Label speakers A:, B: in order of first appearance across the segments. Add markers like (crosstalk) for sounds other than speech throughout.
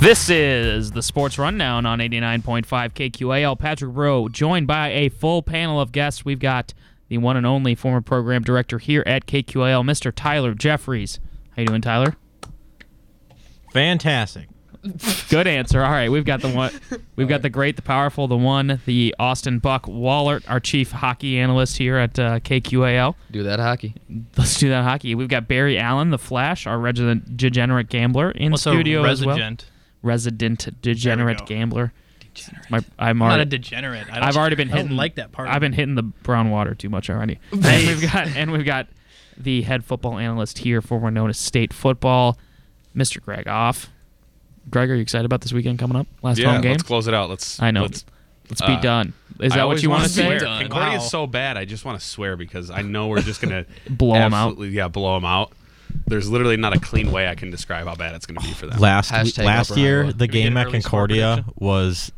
A: This is the Sports Rundown on 89.5 KQAL. Patrick Bro, joined by a full panel of guests. We've got the one and only former program director here at KQAL, Mr. Tyler Jeffries. How you doing, Tyler?
B: Fantastic.
A: Good answer. All right, we've got the one, we've got the great, the powerful, the one, the Austin Buck Wallert, our chief hockey analyst here at uh, KQAL.
C: Do that hockey.
A: Let's do that hockey. We've got Barry Allen, the Flash, our resident degenerate gambler in
D: What's
A: studio
D: a
A: as well.
D: resident?
A: Resident degenerate
D: go.
A: gambler. My, I'm
D: I'm not a
A: already,
D: degenerate. I don't,
A: I've already been
D: I don't
A: hitting
D: like that part.
A: I've been hitting the brown water too much
D: (laughs)
A: already. and we've got and we've got the head football analyst here, former known as State Football, Mr. Greg Off. Greg, are you excited about this weekend coming up? Last
E: yeah,
A: home game.
E: let's close it out. Let's.
A: I know. Let's,
E: Let's,
A: be
E: uh,
A: done. Is
E: I
A: that what
E: always
A: you want to
E: wanna swear.
A: say?
C: Done.
E: Concordia
D: Wow.
E: is so bad. I just want to swear because I know we're just (laughs) gonna
A: Blow 'em out.
E: absolutely- Yeah, blow them out. There's literally not a clean way I can describe how bad it's gonna be for
D: Um,
E: them.
B: Last
C: Hashtag
B: last
C: Upper
B: year, the
C: Iowa.
D: Can we get
B: game
D: an
B: at
D: early score
B: Concordia
D: prediction?
B: was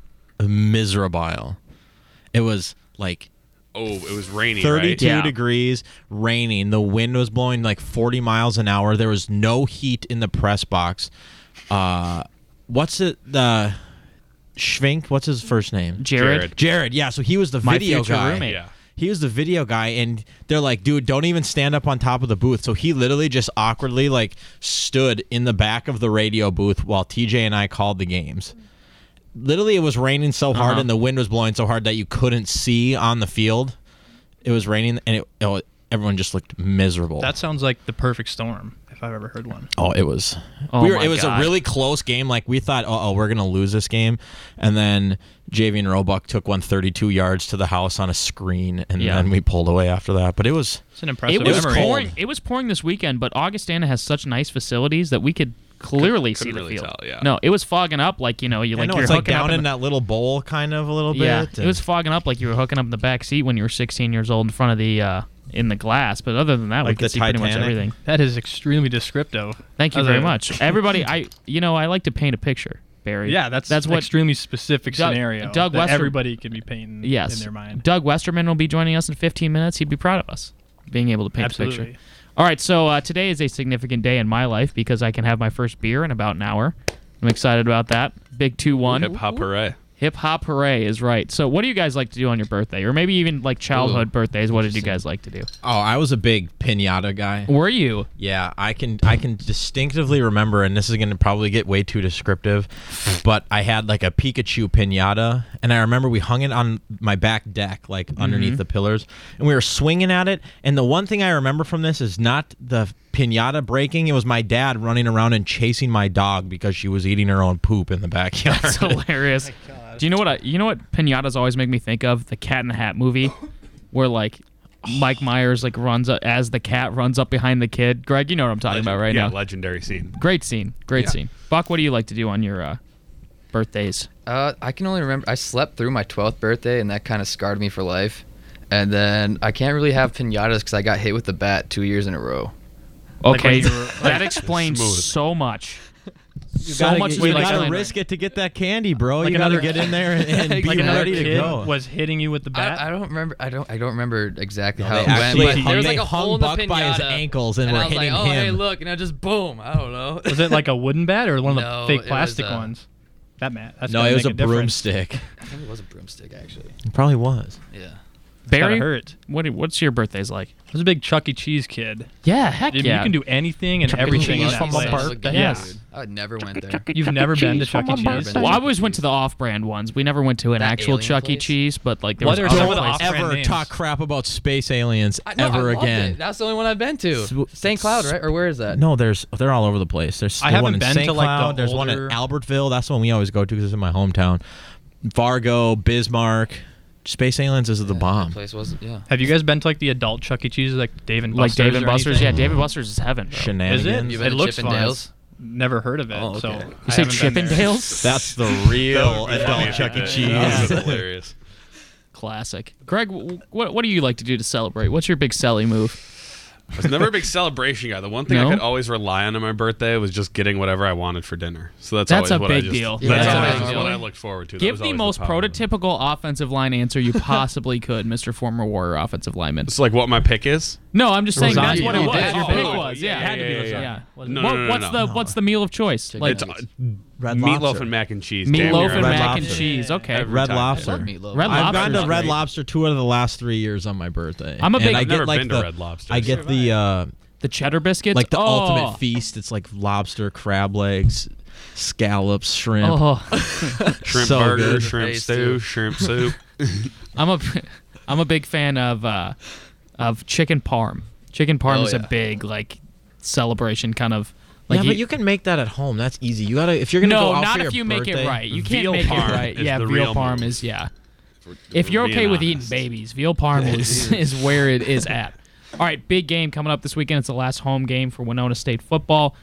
B: miserable. It was like
E: oh, it was raining.
B: 32
A: Yeah.
B: degrees, raining. The wind was blowing like 40 miles an hour. There was no heat in the press box. Uh, what's it? The Schwink. What's his first name?
A: Jared.
E: Jared.
B: Jared. Yeah. So he was the
A: My
B: video
A: future
B: guy.
A: roommate.
E: Yeah.
B: He was the video guy, and they're like, dude, don't even stand up on top of the booth. So he literally just awkwardly like stood in the back of the radio booth while TJ and I called the games. Literally, it was raining so hard
A: Uh-huh.
B: and the wind was blowing so hard that you couldn't see on the field. It was raining, and it, oh, everyone just looked miserable.
D: that sounds like the perfect storm if I've ever heard one.
B: Oh, it was.
A: Oh
B: we were,
A: my
B: it was
A: God.
B: a really close game. Like we thought, oh, we're gonna lose this game, and then Javian Roebuck took one 32 yards to the house on a screen, and
A: Yeah.
B: then we pulled away after that. But it was
D: It's an impressive
A: it was
D: memory.
A: pouring. It was pouring this weekend, but Augustana has such nice facilities that we could clearly
E: Couldn't
A: see the
E: really
A: field.
E: tell, yeah.
A: No, it was fogging up like you know you
B: I
A: like
B: know
A: you're
B: it's like
A: hooking up
B: down
A: in
B: in
A: the-
B: that little bowl kind of a little
A: yeah,
B: bit.
A: it was fogging up like you were hooking up in the back seat when you were 16 years old in front of the uh, in the glass. But other than that, we
B: Like
A: could
B: the
A: see pretty much
B: Titanic?
A: everything.
D: That is extremely descriptive.
A: Thank you
D: As
A: very
D: a-
E: (laughs)
A: much, everybody. I you know I like to paint a picture, Barry.
D: Yeah, that's
A: that's
D: that's
A: what
D: extremely specific
A: Doug-
D: scenario.
A: Doug
D: that
A: Wester-
D: everybody can be painting
A: (laughs) yes.
D: in their mind.
A: Doug Westerman will be joining us in 15 minutes. He'd be proud of us being able to paint a
D: Absolutely.
A: picture. All right, so uh, today is a significant day in my life because I can have my first beer in about an hour. I'm excited about that. Big two one.
E: Hip hop hooray!
A: Hip hop hooray is right. So, what do you guys like to do on your birthday, or maybe even like childhood
B: Ooh.
A: birthdays? What did you guys like to do?
B: oh, I was a big pinata guy.
A: Were you?
B: Yeah, I can I can distinctively remember, and this is gonna probably get way too descriptive, but I had like a Pikachu pinata, and I remember we hung it on my back deck, like underneath the pillars, and we were swinging at it. And the one thing I remember from this is not the pinata breaking; it was my dad running around and chasing my dog because she was eating her own poop in
A: (laughs)
B: the backyard.
A: It's hilarious. Do you know what I? You know what pinatas always make me think of? The Cat in the Hat movie, where like Mike Myers like runs up, as the cat runs up behind the kid. Greg, you know what I'm talking about right
E: yeah,
A: now.
E: legendary scene.
A: Great scene. Great scene. Buck, what do you like to do on your uh, birthdays?
C: Uh, I can only remember I slept through my 12th birthday, and that kind of scarred me for life. And then I can't really have pinatas because I got hit with the bat two years in a row.
A: Okay,
D: when you were-
A: that explains
E: Smooth.
A: so much. so
B: gotta
A: much
B: get-
A: is
B: you
A: like
B: gotta
A: explained.
B: risk it to get that candy, bro.
D: Like
B: you gotta
D: another-
B: get in there and, and be
D: Like another
B: ready to
D: kid
B: go.
D: was hitting you with the bat.
C: I, I don't remember. I don't. I don't remember exactly
B: No,
C: how
B: they
C: it went.
B: actually
C: But
B: hung-
C: there was
B: they
C: like a
B: hung
C: hole in the
B: Buck by his
C: pinata,
B: ankles and were
C: I was like,
B: hitting
C: oh, hey,
B: him."
C: look, and I just boom. I don't know.
D: was it like a wooden bat or one of
C: No,
D: the
C: it
D: fake
C: was,
D: plastic
C: uh,
D: ones? That mat. That's
B: no,
D: gonna
B: it was
D: make
B: a
D: difference.
B: broomstick.
C: I think (laughs) it was a broomstick actually.
B: It probably was.
C: Yeah.
D: It's gotta
A: Barry,
D: hurt.
A: what do- what's your birthdays like?
D: I was a big Chuck E. Cheese kid.
A: Yeah, heck
D: Dude, You can do anything and
A: Chuck E.
D: everything in
A: Cheese
D: that
A: from
C: from
A: a
D: place.
A: park?
D: The-
A: Yes.
D: yeah.
C: I would never went there.
D: You've never been to Chuck E. Cheese?
C: birthday.
A: Well, I always went to the off-brand ones. We never went to an
C: That
A: actual
C: alien
A: Chuck E.
C: place?
A: Cheese, but like there
D: What
A: was
D: are
A: other
D: some of the
A: places.
D: off- Brand
B: ever
D: names.
B: talk crap about space aliens
C: I, no,
B: ever
C: I loved
B: again.
C: It. That's the only one I've been to.
B: Sw-
C: St. Cloud, right? Or where is that?
B: No, there's they're all over the place. There's
D: I
B: the
D: haven't
B: one in
D: been
B: St.
D: to, like, the
B: Cloud. there's one in
D: older-
B: Albertville. That's the one we always go to because it's in my hometown. Fargo, Bismarck, space aliens is the
C: That
B: bomb.
C: place was yeah.
D: Have you guys been to like the adult Chuck E. Cheese, like Dave and
A: like
D: Buster's?
A: Dave and
D: or
A: Buster's. Yeah,
D: anything?
A: Dave and Buster's is heaven. bro.
D: Is it?
B: (laughs) Shenanigans.
C: You
D: it
F: (laughs)
C: been to
D: looks
C: Chip
D: fun.
C: and
D: I've Never heard of it.
C: Oh, okay.
D: So
C: You
A: You
D: I
A: say
D: haven't been there.
A: Chippendales?
B: That's the
E: (laughs)
B: real adult Chuck E. Cheese.
E: That
B: (laughs)
E: was hilarious.
A: Classic. Greg, w- what what do you like to do to celebrate? What's your big selly move?
E: I was never a big celebration guy. The one thing
A: No?
E: I could always rely on on my birthday was just getting whatever I wanted for dinner. So that's, always
A: That's a
E: what I
A: big
E: just,
A: deal.
E: That's
C: Yeah.
E: always
C: That's a big
E: what
C: deal.
E: I looked forward to. That
A: Give
E: was
A: the
E: always
A: most
E: power move.
A: prototypical offensive line answer (laughs) you possibly could, Mr. Former Warrior offensive lineman.
E: It's like what my pick is.
A: No, I'm just saying
D: Lasagna.
A: that's what it
D: Oh,
A: was.
C: that's
A: Your
C: your
A: pick
C: pick.
A: was.
E: Yeah,
A: Yeah,
E: yeah, yeah, yeah.
A: Yeah.
E: No,
A: What-
E: no, no,
A: what's
E: no.
A: the what's the meal of choice? Like
E: It's uh,
B: Red
E: meatloaf
B: Lobster.
E: and mac and cheese. damn
A: Meatloaf
E: near
A: and
E: every
A: mac
E: time.
A: and
B: Lobster.
A: cheese. Okay.
E: Every
B: Red
E: time.
B: Lobster.
C: Love meatloaf.
A: Red
B: I've gone to
A: Lobster's
B: Red
C: great.
B: Lobster two out of the last three years on my birthday.
A: I'm a big-
B: And I
A: I've
B: get
E: never
B: like
E: been to
B: the,
E: Red Lobster.
B: I get the uh,
A: The cheddar biscuits.
B: like the
A: oh.
B: ultimate feast. It's like lobster, crab legs, scallops,
A: (laughs)
B: shrimp.
A: Oh,
E: shrimp
B: So
E: burger,
B: good.
E: shrimp
C: Phase
E: stew,
C: two.
E: shrimp soup.
A: I'm a (laughs) I'm a big fan of uh, of chicken parm. Chicken parm
C: Oh,
A: is
C: yeah.
A: a big like celebration kind of like
B: Like yeah, but you can make that at home. That's easy. You gotta if you're gonna
A: no,
B: go out
A: not if
B: for
A: you
B: your
A: make
B: birthday-
A: it right. You can't
E: Veal
A: make
E: parm
A: it right.
E: is
A: Yeah,
E: the
A: veal
E: real
A: parm
E: meal.
A: is yeah.
E: we're
A: (laughs) If you're
E: being
A: okay with eating
E: honest.
A: babies, veal parm is is where it is at. All right, big game coming up this weekend. It's the last home game for Winona State football.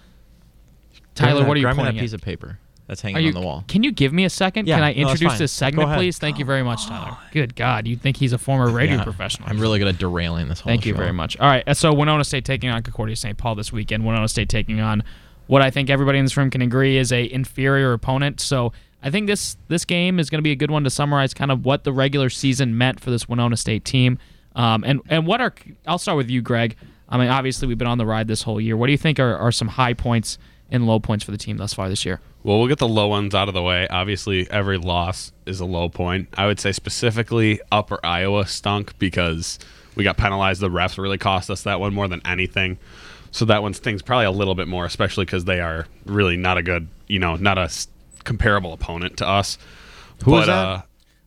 B: Grab
A: Tyler,
B: that-
A: what are you
B: grab me
A: pointing
B: that
A: at?
B: piece of paper that's hanging
A: Are you,
B: on the wall?
A: Can you give me a second?
B: Yeah,
A: can I
B: no, it's
A: introduce
B: fine.
A: this
B: Go
A: segment,
B: ahead. Oh,
A: please? Thank you very much, Tyler. Good God, you'd think he's a former radio
B: Yeah.
A: professional.
B: I'm really good at derailing this whole.
A: Thank you
B: show.
A: very much. All right, uh, so Winona State taking on Concordia St. Paul this weekend. Winona State taking on what I think everybody in this room can agree is a inferior opponent. So I think this this game is going to be a good one to summarize kind of what the regular season meant for this Winona State team, um, and and what are I'll start with you, Greg. I mean, obviously we've been on the ride this whole year. What do you think are, are some high points and low points for the team thus far this year?
E: Well, we'll get the low ones out of the way. Obviously, every loss is a low point. I would say specifically Upper Iowa stunk because we got penalized. The refs really cost us that one more than anything. So that one stings probably a little bit more, especially because they are really not a good, you know, not a s- comparable opponent to us.
B: Who
E: but,
B: was that?
E: Uh,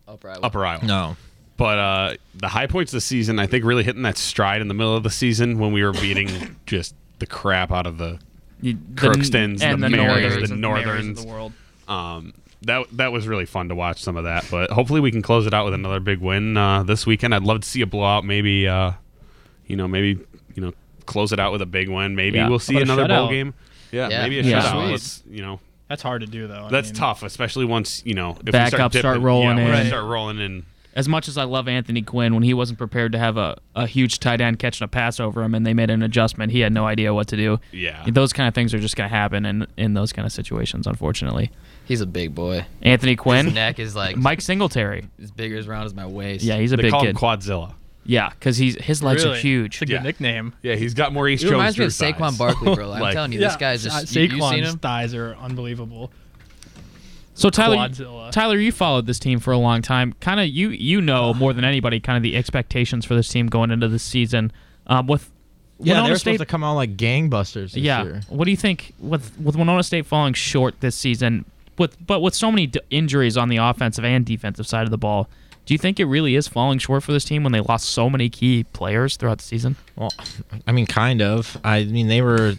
C: Upper Iowa.
E: Upper Iowa.
B: No,
E: But uh, the high points of the season, I think, really hitting that stride in the middle of the season when we were
B: (coughs)
E: beating just the crap out of the Crookston's,
A: and
E: the
A: the
E: Marys,
A: Northern.
E: the Northerns.
D: of the world.
E: um, that that was really fun to watch some of that. But hopefully we can close it out with another big win uh, this weekend. I'd love to see a blowout. Maybe uh, you know, maybe you know, close it out with a big win. Maybe
A: Yeah.
E: we'll
D: How
E: see
D: about a
E: another bowl
D: shutout?
E: game. Yeah,
C: Yeah.
E: maybe a
A: Yeah.
E: shutout.
D: Sweet.
E: Let's, you know,
D: That's hard to do, though. I
E: that's
D: mean,
E: tough, especially once you know if
A: Back
E: we start
A: up, start
E: dipping-
A: rolling
E: yeah, when
A: in.
E: we
A: Right.
E: start rolling in.
A: as much as I love Anthony Quinn, when he wasn't prepared to have a, a huge tight end catching a pass over him and they made an adjustment, he had no idea what to do.
E: Yeah.
A: Those kind of things are just going to happen in, in those kind of situations, unfortunately.
C: He's a big boy.
A: Anthony Quinn,
C: His neck is like
A: Mike Singletary.
C: as big or as round as my waist.
A: Yeah, he's a
E: they
A: big
E: call
A: kid.
E: him Quadzilla.
A: yeah, because his legs
D: really,
A: are huge.
D: It's a good
E: Yeah.
D: nickname.
E: Yeah, he's got more East
C: He reminds me of
E: Jones through
C: Saquon
E: thighs.
C: Barkley, bro. I'm
E: Like-
C: telling you, this guy's just.
D: Sa-
C: you- you seen
D: Saquon's
C: him?
D: thighs are unbelievable.
A: So Tyler,
D: Quadzilla.
A: Tyler, you followed this team for a long time. Kind of you you know more than anybody kind of the expectations for this team going into the season. Um, with
B: yeah,
A: Winona
B: they're
A: State
B: supposed to come out like gangbusters. This
A: yeah.
B: year.
A: What do you think with with Winona State falling short this season, with but with so many d- injuries on the offensive and defensive side of the ball, do you think it really is falling short for this team when they lost so many key players throughout the season?
B: Well, I mean, kind of. I mean, they were.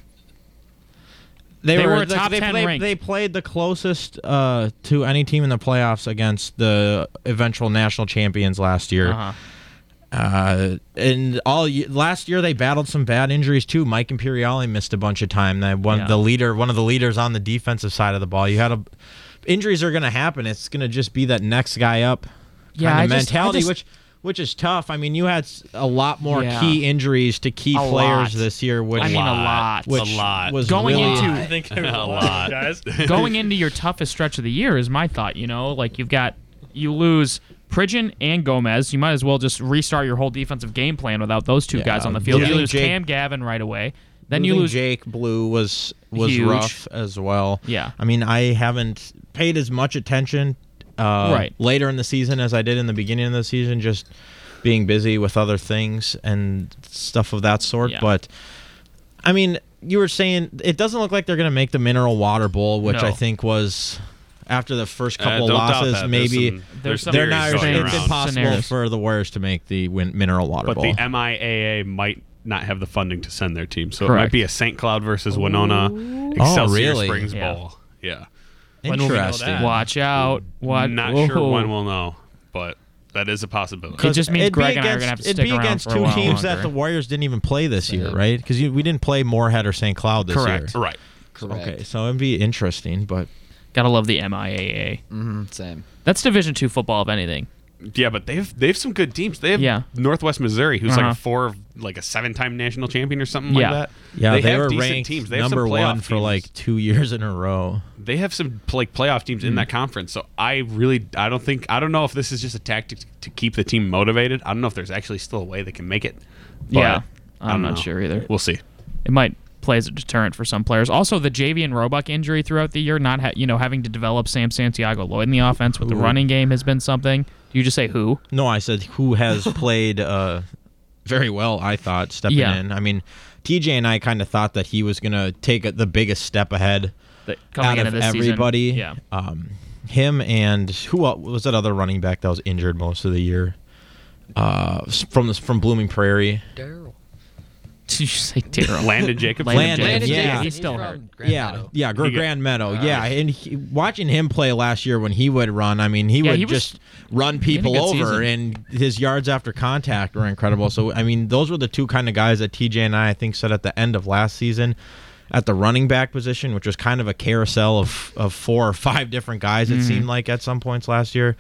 A: They were a
B: the-
A: top
B: they,
A: 10
B: they,
A: ranked.
B: they played the closest uh, to any team in the playoffs against the eventual national champions last year.
A: Uh-huh.
B: uh and all ye- last year they battled some bad injuries too. Mike Imperiali missed a bunch of time. That one,
A: Yeah.
B: the leader, one of the leaders on the defensive side of the ball. You had a injuries are going to happen. It's going to just be that next guy up
A: Yeah,
B: kind
A: I
B: of
A: just- I
B: mentality,
A: just-
B: which which is tough. I mean, you had s- a lot more
A: Yeah.
B: key injuries to key
A: A
B: players
A: lot.
B: this year, which
A: I mean, a lot.
B: which
E: a lot. (laughs)
B: was
A: Going
B: really-
A: into-
D: I think it was a
F: (laughs)
D: lot, guys.
A: Going into your toughest stretch of the year is my thought. You know, like you've got you lose. Pridgeon and Gomez, you might as well just restart your whole defensive game plan without those two
B: Yeah.
A: guys on the field. You
B: Losing
A: lose
B: Jake-
A: Cam Gavin right away. Then
B: losing
A: you lose
B: Jake Blue was was
A: Huge.
B: rough as well.
A: Yeah.
B: I mean, I haven't paid as much attention uh,
A: Right.
B: later in the season as I did in the beginning of the season, just being busy with other things and stuff of that sort.
A: Yeah.
B: But I mean, you were saying it doesn't look like they're going to make the mineral water bowl, which
A: No.
B: I think was after the first
E: Uh,
B: couple
E: (laughs)
B: of
E: don't doubt
B: losses,
E: that. There's
B: maybe.
E: some-
A: There's
E: there's
A: some
E: some
B: they're
A: theories
B: not.
E: theories
B: It's
E: going
A: There's
E: around.
A: some
B: impossible
A: scenarios.
B: for the Warriors to make the win- mineral water
E: But
B: bowl.
E: the MIAA might not have the funding to send their team, so it
A: Correct. Oh,
E: might be a St. Cloud versus Winona Excelsior
B: really?
E: Springs
A: Yeah.
E: Bowl. Yeah,
D: When will we know
B: Interesting.
D: that?
A: Watch out! What?
E: not
A: Whoa.
E: sure when we'll know, but that is a possibility.
A: oh. It just means
B: It'd be
A: Greg and I are
B: against-
A: gonna have to
B: it'd
A: stick
B: be
A: around
B: against
A: for a
B: two
A: while
B: teams that
A: longer.
B: the Warriors didn't even play this year,
C: Yeah.
B: right? Because we didn't play Moorhead or St. Cloud this
A: Correct.
B: year.
E: Right.
C: Correct.
B: Okay, so it'd be interesting, but
A: Gotta love the MIAA.
C: hmm Same.
A: Mm. That's Division two football, if anything.
E: Yeah, but they've they've some good teams. They have
A: Yeah.
E: Northwest Missouri, who's
A: Uh-huh.
E: like a four, like a seven time national champion or something
A: Yeah.
E: like that.
B: yeah, they,
E: have
B: were
E: decent
B: ranked
E: teams. They have some
B: number
E: playoff
B: one for
E: teams.
B: like two years in a row.
E: they have some like playoff teams in
A: Mm-hmm.
E: that conference. So I really I don't think I don't know if this is just a tactic to keep the team motivated. I don't know if there's actually still a way they can make it. But
A: yeah,
E: I don't
A: I'm not
E: know.
A: sure either.
E: We'll see.
A: It might play as a deterrent for some players. Also, the JV and Roebuck injury throughout the year, not ha- you know having to develop Sam Santiago Lloyd in the offense with the running game has been something. Do you just say who?
B: No, I said
A: (laughs)
B: who has played uh, very well. I thought stepping
A: Yeah.
B: in. I mean, TJ and I kind of thought that he was gonna take a, the biggest step ahead
A: That coming
B: out
A: into
B: of
A: this season-
B: everybody.
A: yeah. (laughs)
B: Um, him and who el- was that other running back that was injured most of the year? Uh, s- from this from Blooming Prairie.
C: Daryl.
A: Did you
E: (laughs)
A: say Daryl? (laughs)
E: Landon Jacobs.
A: Landon Jacobs.
B: Landon, yeah.
A: He's still
C: from
A: hurt.
C: Grand
B: yeah,
C: Meadow.
B: yeah, Gr-
E: He got-
B: Grand Meadow,
A: Uh,
B: yeah, and he, watching him play last year when he would run, I mean, he
A: Yeah,
B: would
A: he was-
B: just run
A: had a
B: people
A: good
B: over,
A: season.
B: and his yards after contact were incredible. So, I mean, those were the two kind of guys that TJ and I, I think, said at the end of last season at the running back position, which was kind of a carousel of of four or five different guys. It
A: Mm-hmm.
B: seemed like at some points last year,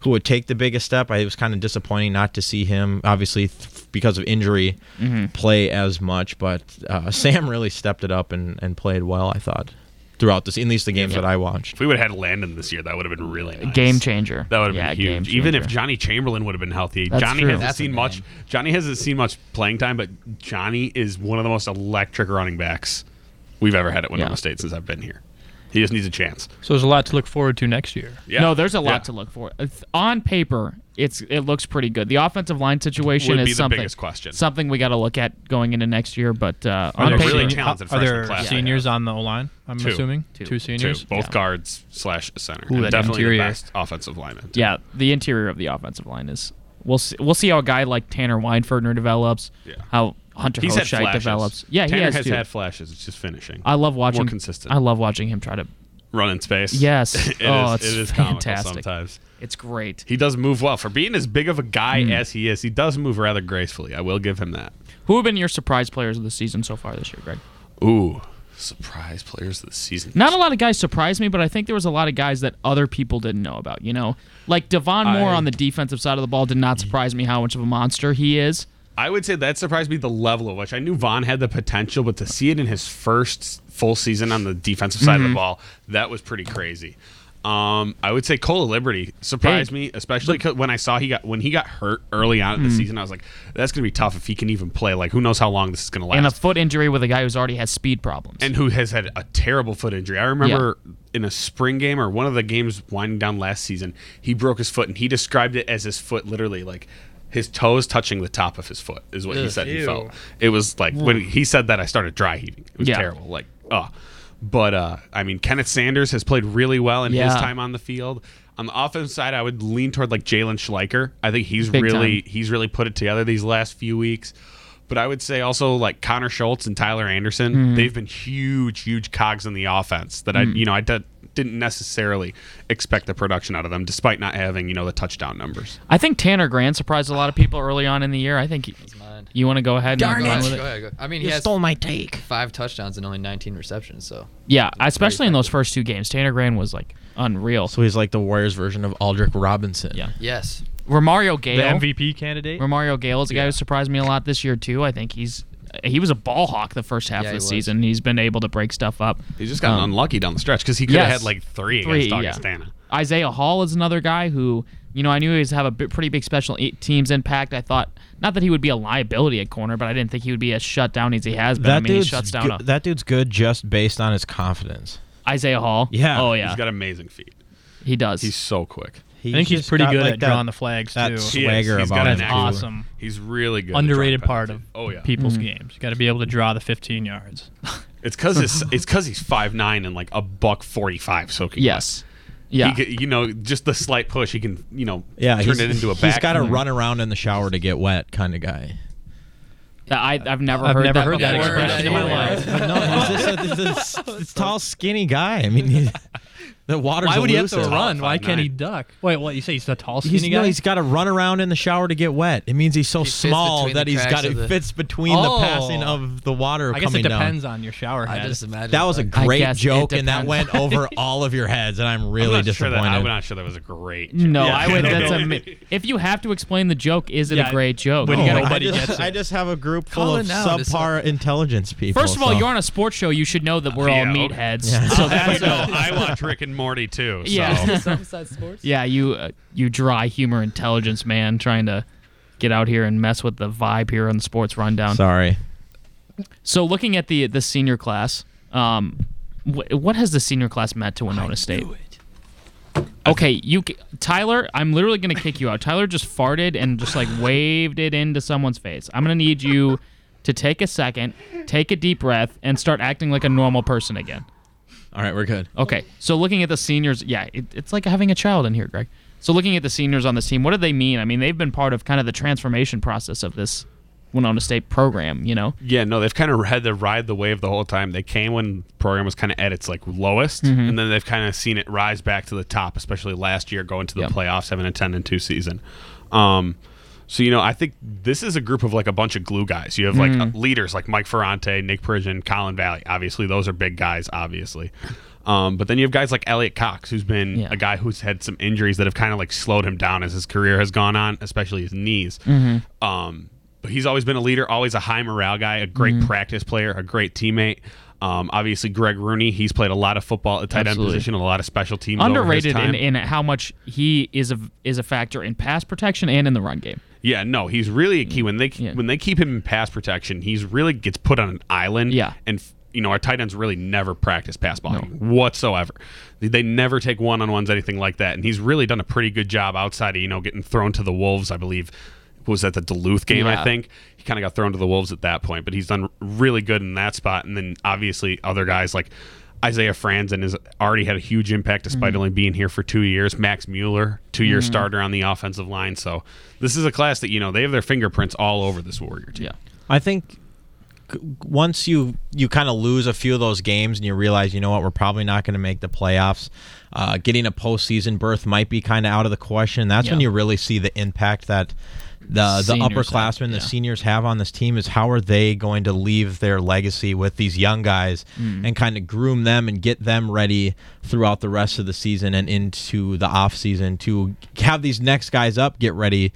B: who would take the biggest step. I, it was kind of disappointing not to see him, obviously th- because of injury,
A: Mm-hmm.
B: play as much. But uh, (laughs) Sam really stepped it up and, and played well. I thought throughout this, at least the games that I watched.
E: If we would have had Landon this year, that would have been really nice.
A: Game changer.
E: That would have
A: Yeah,
E: been
A: game
E: huge. Even if
A: changer.
E: Johnny Chamberlain would have been healthy,
A: That's
E: Johnny
A: true.
E: hasn't
A: That's
C: a
E: seen
C: man.
E: much. Johnny hasn't seen much playing time, but Johnny is one of the most electric running backs we've ever had at Winona
A: Yeah.
E: State since I've been here. He just needs a chance.
F: So there's a lot to look forward to next year.
E: Yeah.
A: No, there's a lot
E: Yeah.
A: to look for. It's- On paper, it's it looks pretty good. The offensive line situation
E: Would
A: is
E: be the
A: something
E: biggest question.
A: Something we got to look at going into next year. But uh,
E: Are
A: on
E: they
A: paper,
E: really
F: Senior-
E: talented
F: Are
E: freshman
F: there
E: class.
F: seniors on the O line? I'm
E: Two.
F: assuming
A: Two.
E: Two,
F: seniors.
E: both
A: Yeah.
E: guards slash center.
F: Ooh,
E: And
F: that
E: definitely
F: interior.
E: the best offensive lineman.
A: yeah, the interior of the offensive line is. We'll see, we'll see how a guy like Tanner Weinfurtner develops.
E: Yeah.
A: How Hunter
E: He's had
A: Hochscheid
E: flashes.
A: Oh, develops. Yeah,
E: Tanner
A: he has,
E: has
A: too.
E: had flashes. It's just finishing.
A: I love watching.
E: More consistent.
A: I love watching him try to.
E: Run in space.
A: Yes.
E: (laughs) It
A: Oh,
E: is-
A: it's
E: it is comical
A: fantastic.
E: sometimes.
A: It's great.
E: He does move well. For being as big of a guy
A: Mm.
E: as he is, he does move rather gracefully. I will give him that.
A: Who have been your surprise players of the season so far this year, Greg?
E: Ooh, surprise players of the season.
A: Not a lot of guys surprised me, but I think there was a lot of guys that other people didn't know about. You know, like Devon Moore
E: I-
A: on the defensive side of the ball did not surprise me how much of a monster he is.
E: I would say that surprised me the level of which I knew Vaughn had the potential, but to see it in his first full season on the defensive side of the ball, that was pretty crazy. Um, I would say Cola Liberty surprised
A: Hey.
E: me, especially 'cause when I saw he got when he got hurt early on in the season. I was like, "That's gonna be tough if he can even play." Like, who knows how long this is gonna last?
A: And a foot injury with a guy who's already has speed problems.
E: and who has had a terrible foot injury. I remember in a spring game or one of the games winding down last season, he broke his foot and he described it as his foot literally like his toes touching the top of his foot is what he said he felt. It was like when he said that I started dry heaving. It was
A: Yeah.
E: terrible. Like oh. But uh, I mean, Kenneth Sanders has played really well in his
A: Yeah.
E: time on the field. On the offense side, I would lean toward like Jalen Schleicher. I think he's
A: Big
E: really
A: time.
E: he's really put it together these last few weeks. But I would say also like Connor Schultz and Tyler Anderson,
A: Mm-hmm.
E: they've been huge, huge cogs in the offense that I,
A: Mm.
E: you know, I did, didn't necessarily expect the production out of them, despite not having you know the touchdown numbers.
A: I think Tanner Grant surprised a lot of people early on in the year. I think he-
C: mine.
A: you want to go ahead and
C: Go
A: run
C: ahead,
A: with
C: go
A: it.
C: ahead, go- I mean, he has
B: my take.
C: five touchdowns and only 19 receptions, so
A: Yeah, especially in those first two games, Tanner Grant was like unreal.
B: So he's like the Warriors version of Aldrich Robinson.
A: Yeah.
C: yes.
A: Romario
F: The
A: Gale.
F: MVP candidate.
A: Romario Gale is a guy who surprised me a lot this year too. I think he's he was a ball hawk the first half
C: Yeah,
A: of
C: he
A: the
C: was.
A: season. He's been able to break stuff up.
E: He's just gotten
A: Um,
E: unlucky down the stretch because he could have
A: yes.
E: had like three,
A: Three, yeah.
E: against Augustana.
A: Isaiah Hall is another guy who, you know, I knew he was have a bi- pretty big special e- teams impact. I thought not that he would be a liability at corner, but I didn't think he would be as shut down as he has been.
B: That
A: I mean, he
B: dude's
A: shuts down
B: go-
A: a-
B: that dude's good just based on his confidence.
A: Isaiah Hall.
B: Yeah,
A: Oh
E: He's
A: yeah.
E: got amazing feet.
A: he does.
E: He's so quick.
F: I think he's
B: just
F: pretty
B: got,
F: good
B: like,
F: at
B: that-
F: drawing the flags
B: that
F: too.
E: He is.
B: swagger
E: He's
B: about
E: got
B: him
E: an
F: That's
E: attitude.
B: too.
F: awesome.
E: He's really good. at
F: Underrated
E: drawing
F: part of
E: penalties. oh yeah,
F: people's
B: Hmm.
F: games. Got to be able to draw the 15 yards.
E: It's because it's because he's five nine and like a buck forty five. So can
A: yes.
E: he
A: Yeah.
E: could, you know, just the slight push, he can you know
B: Yeah,
E: turn
B: he's-
E: it into a back. Mm-hmm.
B: He's got to run around in the shower to get wet, kind of guy.
F: (laughs)
A: That- I, I've never
F: I've
A: heard
F: never
A: that
F: heard that
A: before.
F: expression in my
A: Yeah.
F: life.
B: no, (laughs) he's
F: (laughs)
B: just a, this, this tall, skinny guy. I mean, he, (laughs) the water's
F: Why would he have to
B: elusive.
F: run? Why
E: Five
F: can't he
E: nine.
F: duck? Wait, what? You say he's the tall, skinny
B: He's,
F: guy?
B: no, he's got to run around in the shower to get wet. It means he's so
C: fits
B: small
C: between
B: that
C: the
B: he's
C: cracks
B: got
C: of
B: it
C: the-
B: fits between
F: Oh.
B: the passing of the water
F: I guess
B: coming
F: it depends
B: down.
F: on your shower
C: I
F: head.
C: just imagine
B: That was a
C: like,
B: great
A: guess it
B: joke, and that
A: depends.
B: went over all of your heads, and I'm
E: I'm
B: really
E: not sure
B: disappointed.
E: that- I'm not sure that was a great. joke.
A: (laughs) No, I
E: (laughs)
A: would. That's a. mi- If you have to explain the joke, is it
F: Yeah,
A: a great joke? Oh.
F: when
A: You (laughs)
F: you
A: gotta-
F: go-
B: Oh, I
F: Nobody
B: just,
F: gets it.
B: I just have a group full
C: Call
B: of
C: it out. It's
B: subpar intelligence people.
A: First of all,
B: so-
A: you're on a sports show. You should know that we're all
E: Yeah, okay.
A: meatheads. (laughs) So that's
E: you know, I watch Rick and Morty too. So.
A: (laughs) yeah.
C: besides sports.
A: Yeah, you uh, you dry humor intelligence man trying to get out here and mess with the vibe here on the sports rundown.
B: Sorry.
A: So looking at the the senior class, um, wh- what has the senior class meant to Winona State? Okay, you c- Tyler, I'm literally gonna kick you out. Tyler just farted and just like waved it into someone's face. I'm gonna need you to take a second, take a deep breath, and start acting like a normal person again.
B: All right, we're good.
A: Okay, so looking at the seniors, yeah, it, it's like having a child in here, Greg. So looking at the seniors on this team, what do they mean? I mean, they've been part of kind of the transformation process of this Winona State program, you know?
E: Yeah, no, they've kind of had to ride the wave the whole time. They came when the program was kind of at its like lowest, and then they've kind of seen it rise back to the top, especially last year going to the
A: Yeah.
E: playoffs, having a ten and two season. Um, so you know, I think this is a group of like a bunch of glue guys. You have like uh, leaders like Mike Ferrante, Nick Persian, Colin Valley. Obviously, those are big guys. Obviously. Um, but then you have guys like Elliot Cox, who's been
A: Yeah.
E: a guy who's had some injuries that have kind of like slowed him down as his career has gone on, especially his knees.
A: Mm-hmm.
E: Um, but he's always been a leader, always a high morale guy, a great
A: Mm-hmm.
E: practice player, a great teammate. Um, obviously, Greg Rooney, he's played a lot of football at tight
A: Absolutely.
E: end position, a lot of special teams. over his
A: Underrated in,
E: time.
A: in how much he is a is a factor in pass protection and in the run game.
E: Yeah, no, he's really a key when they
A: Yeah.
E: when they keep him in pass protection. He's really gets put on an island.
A: Yeah.
E: and you know our tight ends really never practice pass blocking whatsoever. They, they never take one on ones anything like that. And he's really done a pretty good job outside of you know getting thrown to the wolves. I believe was that the Duluth game.
A: Yeah.
E: I think he kind of got thrown to the wolves at that point, but he's done really good in that spot. And then obviously other guys like. Isaiah Franzen has already had a huge impact
A: Mm.
E: despite only being here for two years. Max Mueller, two year starter on the offensive line. So this is a class that, you know, they have their fingerprints all over this Warrior team.
A: Yeah.
B: I think c- once you you kind of lose a few of those games and you realize, you know what, we're probably not going to make the playoffs. Uh, getting a postseason berth might be kind of out of the question. That's when
A: Yeah.
B: you really see the impact that the the
A: Seniors have,
B: upperclassmen,
A: yeah.
B: the seniors have on this team. Is how are they going to leave their legacy with these young guys
A: Mm.
B: and kind of groom them and get them ready throughout the rest of the season and into the off season to have these next guys up get ready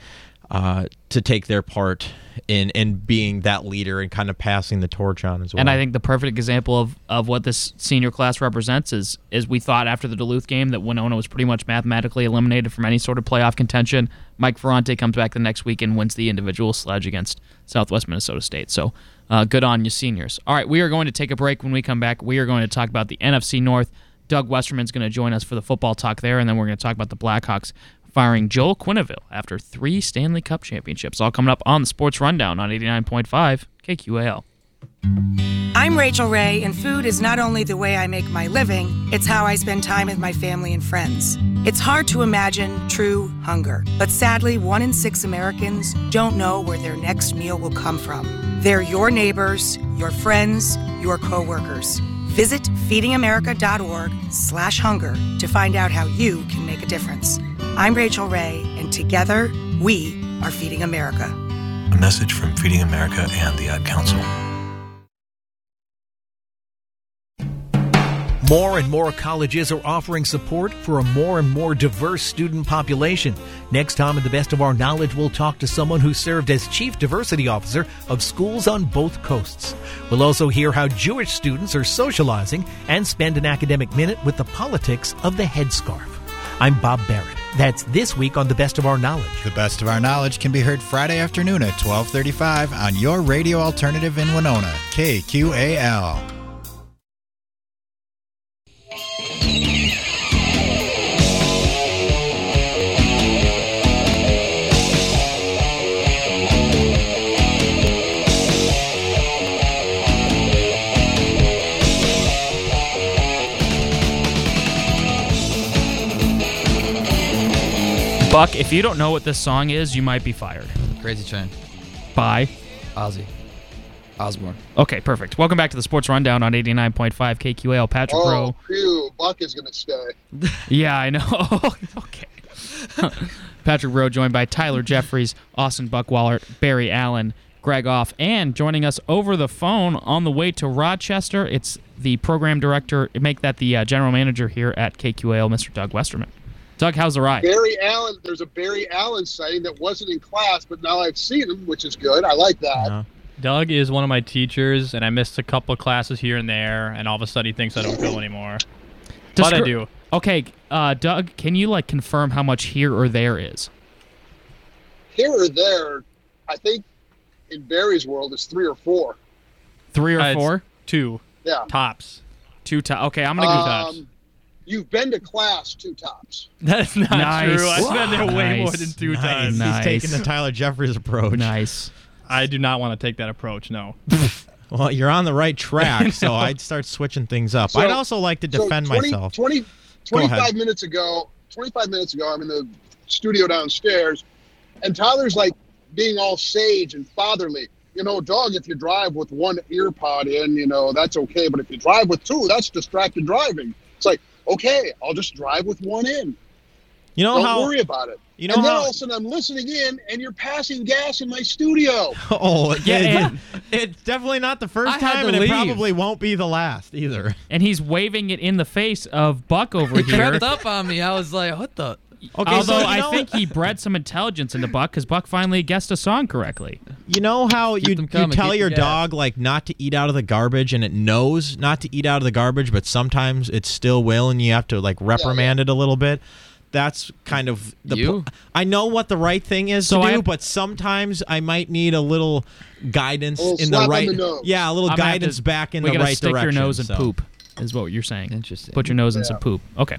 B: uh, to take their part in in being that leader and kind of passing the torch on as well.
A: And I think the perfect example of, of what this senior class represents is is we thought after the Duluth game that Winona was pretty much mathematically eliminated from any sort of playoff contention. Mike Ferrante comes back the next week and wins the individual sledge against Southwest Minnesota State. So uh, good on you, seniors. All right, we are going to take a break. When we come back, we are going to talk about the NFC North. Doug Westerman's going to join us for the football talk there, and then we're going to talk about the Blackhawks firing Joel Quinneville after three Stanley Cup championships. All coming up on the Sports Rundown on 89.5 KQAL.
G: I'm Rachel Ray, and food is not only the way I make my living, it's how I spend time with my family and friends. It's hard to imagine true hunger, but sadly, one in six Americans don't know where their next meal will come from. They're your neighbors, your friends, your coworkers. Visit feedingamerica.org/hunger to find out how you can make a difference. I'm Rachel Ray, and together we are feeding America.
H: A message from Feeding America and the Ad Council.
I: More and more colleges are offering support for a more and more diverse student population. Next time, at the best of our knowledge, we'll talk to someone who served as Chief Diversity Officer of schools on both coasts. We'll also hear how Jewish students are socializing and spend an academic minute with the politics of the headscarf. I'm Bob Barrett. That's this week on The Best of Our Knowledge.
J: The best of our knowledge can be heard Friday afternoon at 12:35 on your radio alternative in Winona, KQAL.
A: Buck, if you don't know what this song is, you might be fired.
C: Crazy Train,
A: Bye.
C: Ozzy, Osborne.
A: Okay, perfect. Welcome back to the Sports Rundown on 89.5 KQAL. Patrick Rowe.
K: Oh, phew, Buck is going to stay.
A: Yeah, I know. (laughs) okay. (laughs) Patrick Rowe joined by Tyler Jeffries, Austin Buckwaller, Barry Allen, Greg Off, and joining us over the phone on the way to Rochester, it's the program director, make that the uh, general manager here at KQAL, Mr. Doug Westerman. Doug, how's the ride?
K: Barry Allen, there's a Barry Allen sighting that wasn't in class, but now I've seen him, which is good. I like that.
B: No.
F: Doug is one of my teachers, and I missed a couple of classes here and there, and all of a sudden he thinks I don't go anymore. but I
A: Descri-
F: do.
A: Okay, uh, Doug, can you like confirm how much here or there is?
K: Here or there, I think in Barry's world, it's three or four.
A: Three or
F: Uh, it's
A: four?
F: Two.
K: Yeah.
F: Tops.
A: Two tops. Okay, I'm gonna go.
K: Um, You've been to class two tops.
F: That's not
A: Nice.
F: true. I've been there way more
A: Nice.
F: than two
A: Nice.
F: times.
A: Nice. He's taking the
B: Tyler Jeffries approach.
A: Nice.
F: I do not want to take that approach. No.
B: Well, you're on the
A: (laughs)
B: right track, so I'd start switching things up. I'd
K: So-
B: also like to
K: so
B: defend
K: 20
B: myself.
K: 20,
B: Go ahead.
K: 25 minutes ago, 25 minutes ago, I'm in the studio downstairs, and Tyler's like being all sage and fatherly. You know, dog, if you drive with one ear pod in, you know, that's okay. But if you drive with two, that's distracted driving. It's like, okay, I'll just drive with one in.
B: You know
K: Don't
B: how?
K: worry about it.
B: you know
K: and then
B: how-
K: all of a sudden I'm listening in, and you're passing gas in my studio.
B: (laughs) Oh,
A: Yeah,
B: yeah.
A: and-
B: it's definitely not the first
A: I had
B: time,
A: to
B: and it
A: leave.
B: probably won't be the last either.
A: (laughs) And he's waving it in the face of Buck over
C: He
A: here.
C: crept up on me. I was like, what the?
B: Okay, so
A: Although
B: you
A: I
B: know-
A: think he bred some intelligence into Buck because Buck finally guessed a song correctly.
B: You know how you,
C: them
B: you
C: coming,
B: tell
C: keep
B: your
C: them gas.
B: dog like not to eat out of the garbage, and it knows not to eat out of the garbage, but sometimes it still will, and you have to like reprimand it a little bit. That's kind of the.
C: You?
B: pl- I know what the right thing is
A: So
B: to
A: I
B: do,
A: have-
B: but sometimes I might need a little guidance
K: little
B: in the
K: slap on
B: right.
K: the nose.
B: yeah, a little
A: I'm gonna have to-
B: guidance back in
A: we
B: the
A: gotta
B: right
A: stick
B: direction.
A: your nose in
B: so.
A: poop, is what you're saying.
C: (laughs) Interesting.
A: Put your nose in some poop. Okay.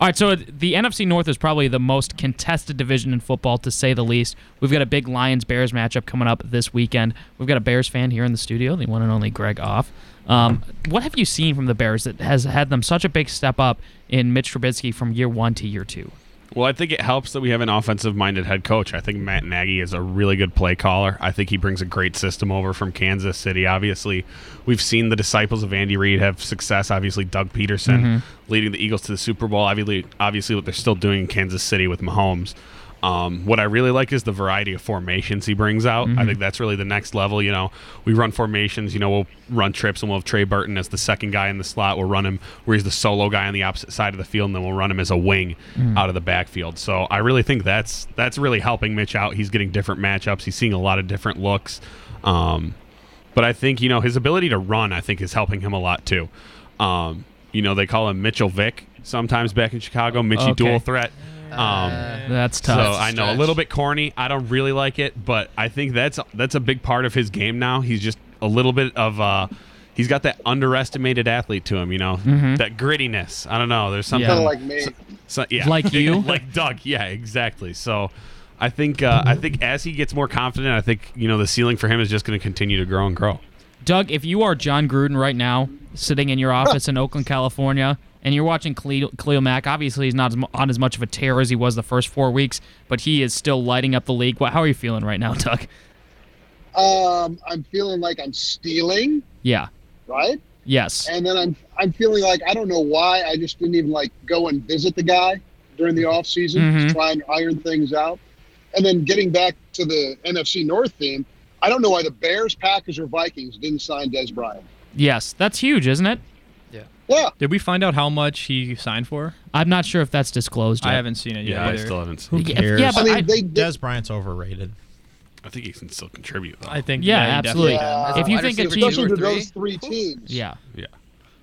A: All right, so the NFC North is probably the most contested division in football, to say the least. We've got a big Lions Bears matchup coming up this weekend. We've got a Bears fan here in the studio, the one and only Greg Off. Um, what have you seen from the Bears that has had them such a big step up in Mitch Trubisky from year one to year two?
E: Well, I think it helps that we have an offensive minded head coach. I think Matt Nagy is a really good play caller. I think he brings a great system over from Kansas City. Obviously, we've seen the disciples of Andy Reid have success. Obviously, Doug Peterson leading the Eagles to the Super Bowl. Obviously, obviously what they're still doing in Kansas City with Mahomes. Um, what I really like is the variety of formations he brings out. I think that's really the next level. You know, we run formations. You know, we'll run trips and we'll have Trey Burton as the second guy in the slot. We'll run him where he's the solo guy on the opposite side of the field, and then we'll run him as a wing out of the backfield. So I really think that's that's really helping Mitch out. He's getting different matchups. He's seeing a lot of different looks. Um, but I think you know his ability to run, I think, is helping him a lot too. Um, you know, they call him Mitchell Vick sometimes back in Chicago, Mitchy
A: Okay.
E: Dual Threat. Um,
A: That's
E: so
A: tough.
E: I know a
C: stretch.
E: little bit corny. I don't really like it, but I think that's that's a big part of his game now. He's just a little bit of uh he's got that underestimated athlete to him, you know.
A: Mm-hmm.
E: That grittiness. I don't know. There's something
K: Kind of like
B: (laughs)
K: me.
E: so, yeah. (laughs)
A: Like you?
E: like Doug. Yeah, exactly. So I think uh, I think as he gets more confident, I think you know the ceiling for him is just going to continue to grow and grow.
A: Doug, if you are John Gruden right now, sitting in your office in Oakland, California, and you're watching Khalil, Khalil Mack, obviously he's not as, mu- on as much of a tear as he was the first four weeks, but he is still lighting up the league. Wha- How are you feeling right now, (laughs) Doug?
K: Um, I'm feeling like I'm stealing,
A: Yeah.
K: right?
A: Yes.
K: and then I'm I'm feeling like I don't know why I just didn't even like go and visit the guy during the off season
A: Mhm.
K: to
C: Mm-hmm.
K: try and iron things out. And then getting back to the NFC North theme, I don't know why the Bears, Packers, or Vikings didn't sign Des Bryant.
A: Yes. That's huge, isn't it?
K: Yeah,
F: Did we find out how much he signed for?
A: I'm not sure if that's disclosed yet.
F: I haven't seen it yet. either.
E: haven't.
A: Yeah,
E: Seen
B: cares?
A: Yeah,
K: I
A: but
K: mean
A: I-
K: they did.
B: Des Bryant's overrated.
E: I think he can still contribute though.
F: I think.
A: Yeah,
F: he
A: absolutely.
F: definitely
K: Yeah.
F: did.
A: if you
C: Wide
A: think a
C: receiver
A: team.
C: two
K: Especially
C: or
K: to
C: three?
K: those three teams.
A: Yeah.
E: Yeah.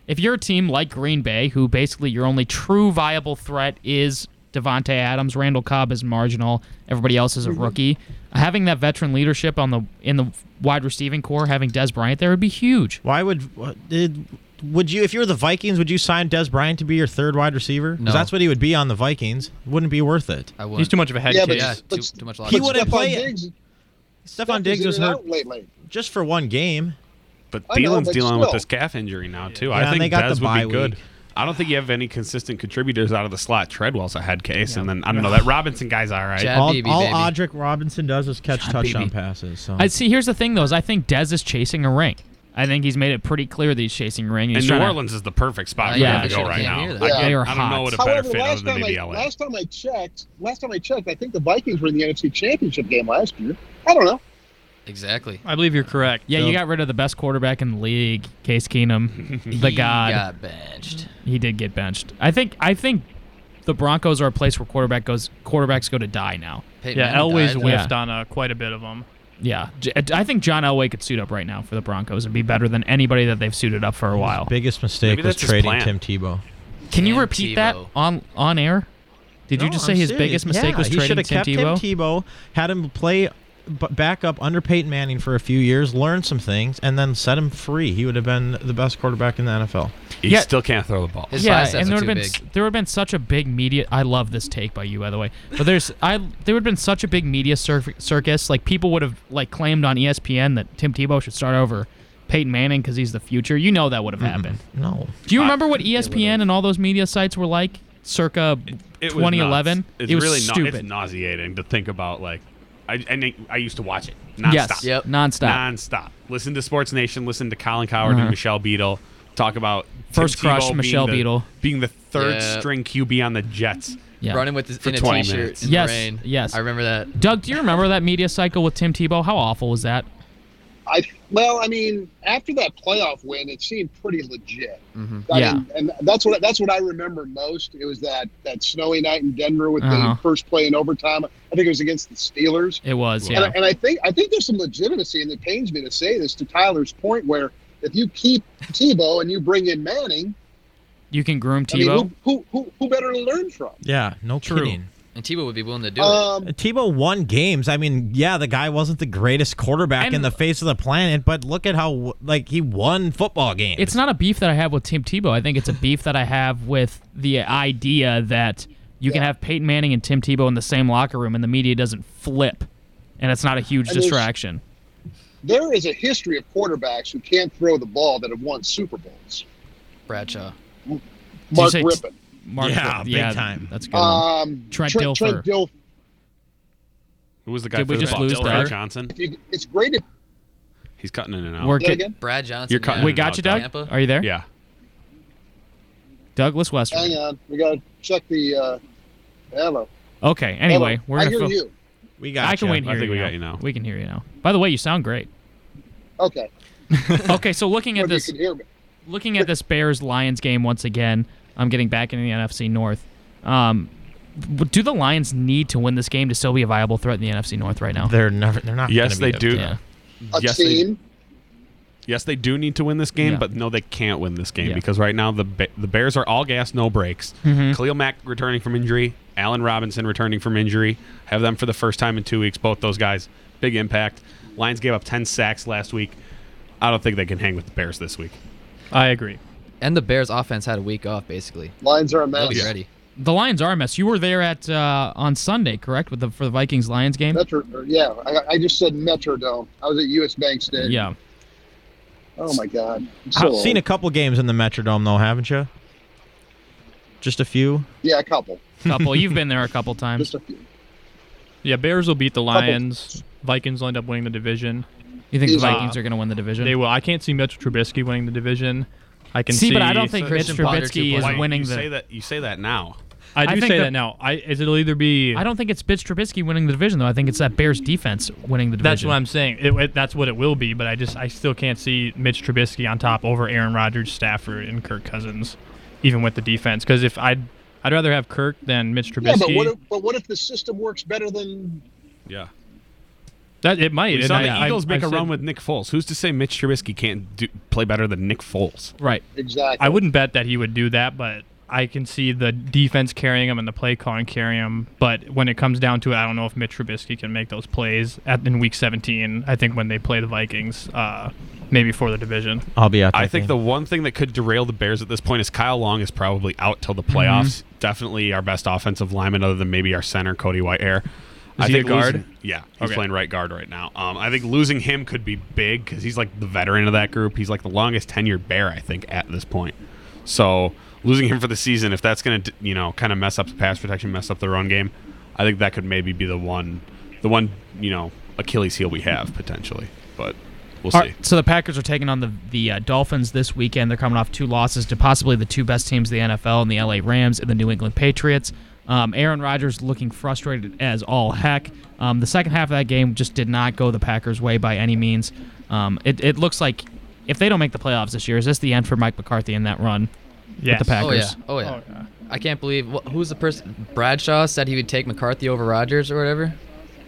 A: If you're a team like Green Bay, who basically your only true viable threat is Devonte Adams, Randall Cobb is marginal, everybody else is a
E: Mm-hmm.
A: rookie. Having that veteran leadership on the in the wide receiving core, having Des Bryant there would be huge.
B: Why would what- did would you if you were the Vikings would you sign Des Bryant to be your third wide receiver? 'Cause
C: No.
B: that's what he would be on the Vikings. Wouldn't be worth it.
C: I
F: He's
C: wouldn't.
F: too much of a head
K: Yeah, but-
F: case.
C: Yeah,
K: But-
C: too, too much loss.
B: He wouldn't
K: Stephon
B: play it.
K: Diggs,
B: Stephon
K: Steph's
B: Diggs
K: in
B: was
K: and
B: hurt
K: out lately.
B: just for one game.
E: But
K: I know,
E: Thielen's
K: but
E: dealing with
K: still.
E: this calf injury now too.
B: Yeah,
E: I
B: and
E: think
B: they got
E: Dez
B: the
E: would
B: bye
E: be good.
B: week.
E: I don't think you have any consistent contributors out of the slot. Treadwell's a head case, and then I don't know that Robinson guy's all right. Oh,
C: Jab,
B: all
C: BB,
B: all
C: baby.
B: Audric Robinson does is catch touchdown
A: BB.
B: passes. So
A: I see. Here's the thing, though: is I think Des is chasing a ring. I think he's made it pretty clear that he's chasing a ring.
E: And
A: he's
E: New
A: trying to- Uh,
E: Orleans is the perfect spot for
A: Yeah.
E: them to go
A: Should've
E: right
C: came
E: now.
C: here then.
E: I,
K: They
A: are
E: I don't know
A: hot.
E: what a better
K: However,
E: fit other
K: last
E: than
K: time,
E: maybe
K: I,
E: LA.
K: last time I checked, last time I checked, I think the Vikings were in the NFC Championship game last year. I don't know.
C: Exactly.
F: I believe you're correct.
A: yeah, you
F: So-
A: got rid of the best quarterback in the league,
E: (laughs)
A: Case Keenum, the
C: He
A: god.
C: got benched.
A: He did get benched. I think. I think the Broncos are a place where quarterback goes. Quarterbacks go to die now.
C: Peyton
F: Yeah,
C: Manning
F: Elway's
C: died.
F: whiffed on uh, quite a bit of them.
A: Yeah, J- uh, I think John Elway could suit up right now for the Broncos and be better than anybody that they've suited up for a while.
B: biggest mistake
E: Maybe
B: was
E: that's his
B: trading
E: plan.
B: Tim Tebow.
A: Can you
C: Tim
A: repeat that
C: Tebow.
A: on on air? Did you just say his biggest mistake was
B: he
A: trading
B: should have
A: Tim
B: kept
A: Tebow?
B: Tim Tebow, had him play b- back up under Peyton Manning for a few years, learn some things, and then set him free. He would have been the best quarterback in the NFL.
E: He still can't throw the ball.
A: yeah, and there would have been s- there would have been such a big media. I love this take by you, by the way. But there's I there would have been such a big media cir- circus. Like people would have like claimed on E ESPN that Tim Tebow should start over Peyton Manning because he's the future. You know that would have happened.
B: No.
A: Do you remember what E ESPN and all those media sites were like circa
E: It was
A: 2011?
E: nuts. It's
A: it was
E: really na-
A: stupid.
E: it's nauseating to think about. Like, I and it- I used to watch it nonstop.
A: Yes. Yep. Nonstop.
E: Nonstop. Listen to Sports Nation. Listen to Colin Coward
A: Uh-huh.
E: and Michelle Beadle talk about Tim
A: First crush,
E: Tebow being
A: Michelle
E: the-
A: Beadle.
E: being the third
A: Yeah.
E: string QB on the Jets.
A: Yeah.
C: Running with his,
E: for
C: in a
E: 20
C: t-shirt
E: minutes.
C: in
A: yes.
C: the rain.
A: Yes.
C: I remember that.
A: Doug, do you remember that media cycle with Tim Tebow? How awful was that?
K: I well, I mean, after that playoff win, it seemed pretty legit.
A: Mm-hmm.
K: I
A: Yeah.
K: mean, and that's what that's what I remember most. It was that that snowy night in Denver with
A: Uh-huh.
K: the first play in overtime. I think it was against the Steelers.
A: It was.
K: And, I,
A: Yeah.
K: and I think I think there's some legitimacy, and it pains me to say this to Tyler's point, where if you keep Tebow and you bring in Manning,
A: You can groom
K: I mean,
A: Tebow.
K: who, who who who better to learn from?
B: Yeah, no
C: True.
B: kidding.
C: And Tebow would be willing to do
K: Um,
B: Tebow won games. I mean, yeah, the guy wasn't the greatest quarterback in
A: And-
B: the face of the planet, but look at how like he won football games.
A: It's not a beef that I have with Tim Tebow. I think it's a beef that I have with the idea that you can have Peyton Manning and Tim Tebow in the same locker room and the media doesn't flip, and it's not a huge
K: And there's-
A: distraction.
K: There is a history of quarterbacks who can't throw the ball that have won Super Bowls.
C: it. Bradshaw.
A: Did you
K: Mark
A: say-
K: Rippon,
A: Mark,
B: Yeah, big
A: yeah,
B: time.
A: That's a good. one.
K: um,
A: Trent
K: Trent,
A: Dilfer.
K: Trent Dilfer.
E: Who was the guy?
A: Did we
E: for the
A: just
E: Bucs?
A: lose
E: Dilfer
A: that?
E: Johnson.
K: If you- It's great if
E: He's cutting in and out.
A: We're
K: Say that
A: get-
K: again?
C: Brad Johnson.
E: You're cutting.
A: we
E: it
A: got
E: out,
A: you, Doug.
C: Tampa?
A: Are you there?
E: Yeah.
A: Douglas Western.
K: Hang on, we gotta check the uh, hello.
A: Okay. Anyway,
K: hello.
A: we're
K: I
A: gonna.
K: hear
A: fill-
K: you.
B: we
A: I can wait here.
E: I think
A: you
E: we
A: now.
E: got you now.
A: We can hear you now. By the way, you sound great.
K: Okay,
A: okay, so looking at
K: Whether
A: this,
K: you can hear me.
A: looking at this Bears Lions game once again, I'm getting back into the NFC North. Um, w- do the Lions need to win this game to still be a viable threat in the NFC North right now?
B: They're never. They're not.
E: Yes, they
B: gonna be
E: do.
A: Yeah.
K: A
E: Yes, they
K: team.
E: Yes, they do need to win this game,
A: Yeah.
E: but no, they can't win this game
A: Yeah.
E: because right now the ba- the Bears are all gas, no breaks.
A: Mhm.
E: Khalil Mack returning from injury, Allen Robinson returning from injury. Have them for the first time in two weeks. Both those guys, big impact. Lions gave up ten sacks last week. I don't think they can hang with the Bears this week.
F: I agree.
C: And the Bears offense had a week off basically.
K: Lines are a
C: They'll
K: mess.
C: be ready.
A: The Lions are a mess. You were there at uh, on Sunday, correct, with the for the Vikings Lions game?
K: Metro, or, yeah, I, I just said Metrodome. I was at U.S. Bank Stadium.
A: Yeah.
K: Oh my God. I'm so
B: I've seen a
K: old.
B: couple games in the Metrodome though, haven't you? Just a few.
K: yeah, a couple,
A: Couple. You've been there a
K: (laughs)
A: couple times.
K: just a few.
F: Yeah, Bears will beat the Lions. Vikings will end up winning the division.
A: You think the
K: Uh,
A: Vikings are going to win the division?
F: They will. I can't see Mitchell Trubisky winning the division. I can see,
A: See, but I don't think Mitch
C: Christian Ponder
A: Trubisky
C: 2.0.
A: is
E: Why
A: winning
E: you say
A: the.
E: that? You say that now.
F: I
A: I
F: do
A: think
F: say
A: the-
F: that now. I is it'll either be.
A: I don't think it's Mitch Trubisky winning the division though. I think it's that Bears defense winning the
F: That's
A: division.
F: what I'm saying. It, it- that's what it will be. But I just I still can't see Mitch Trubisky on top over Aaron Rodgers, Stafford, and Kirk Cousins, even with the defense. Because if I'd I'd rather have Kirk than Mitch Trubisky.
K: Yeah, but what if but what if the system works better than
E: Yeah.
F: that it might.
E: We
F: And
E: saw
F: I-
E: the
F: I-
E: Eagles
F: I
E: make a
F: said-
E: run with Nick Foles. Who's to say Mitch Trubisky can't do, play better than Nick Foles?
A: right.
K: exactly?
F: I wouldn't bet that he would do that, but I can see the defense carrying him and the play calling carrying him. But when it comes down to it, I don't know if Mitch Trubisky can make those plays at, in Week 17. I think when they play the Vikings, uh, maybe for the division.
B: I'll be out.
E: I think the one thing that could derail the Bears at this point is Kyle Long is probably out till the
F: Mm-hmm.
E: playoffs. Definitely our best offensive lineman, other than maybe our center Cody Whitehair. I
F: he a
E: think
F: guard?
E: losing- yeah, he's
F: Okay.
E: playing right guard right now. Um, I think losing him could be big because he's like the veteran of that group. He's like the longest tenured Bear, I think, at this point. So losing him for the season, if that's going to you know kind of mess up the pass protection, mess up the run game, I think that could maybe be the one, the one you know Achilles heel we have potentially. But we'll
A: All
E: see.
A: right, so the Packers are taking on the the uh, Dolphins this weekend. They're coming off two losses to possibly the two best teams in the NFL, and the LA Rams and the New England Patriots. Um, Aaron Rodgers looking frustrated as all heck. Um, the second half of that game just did not go the Packers' way by any means. Um, it, it looks like if they don't make the playoffs this year, is this the end for Mike McCarthy in that run
F: Yes.
A: with the
C: Oh yeah.
A: Packers?
C: Oh yeah. I can't believe wh- who's the person Bradshaw said he would take McCarthy over Rogers or whatever.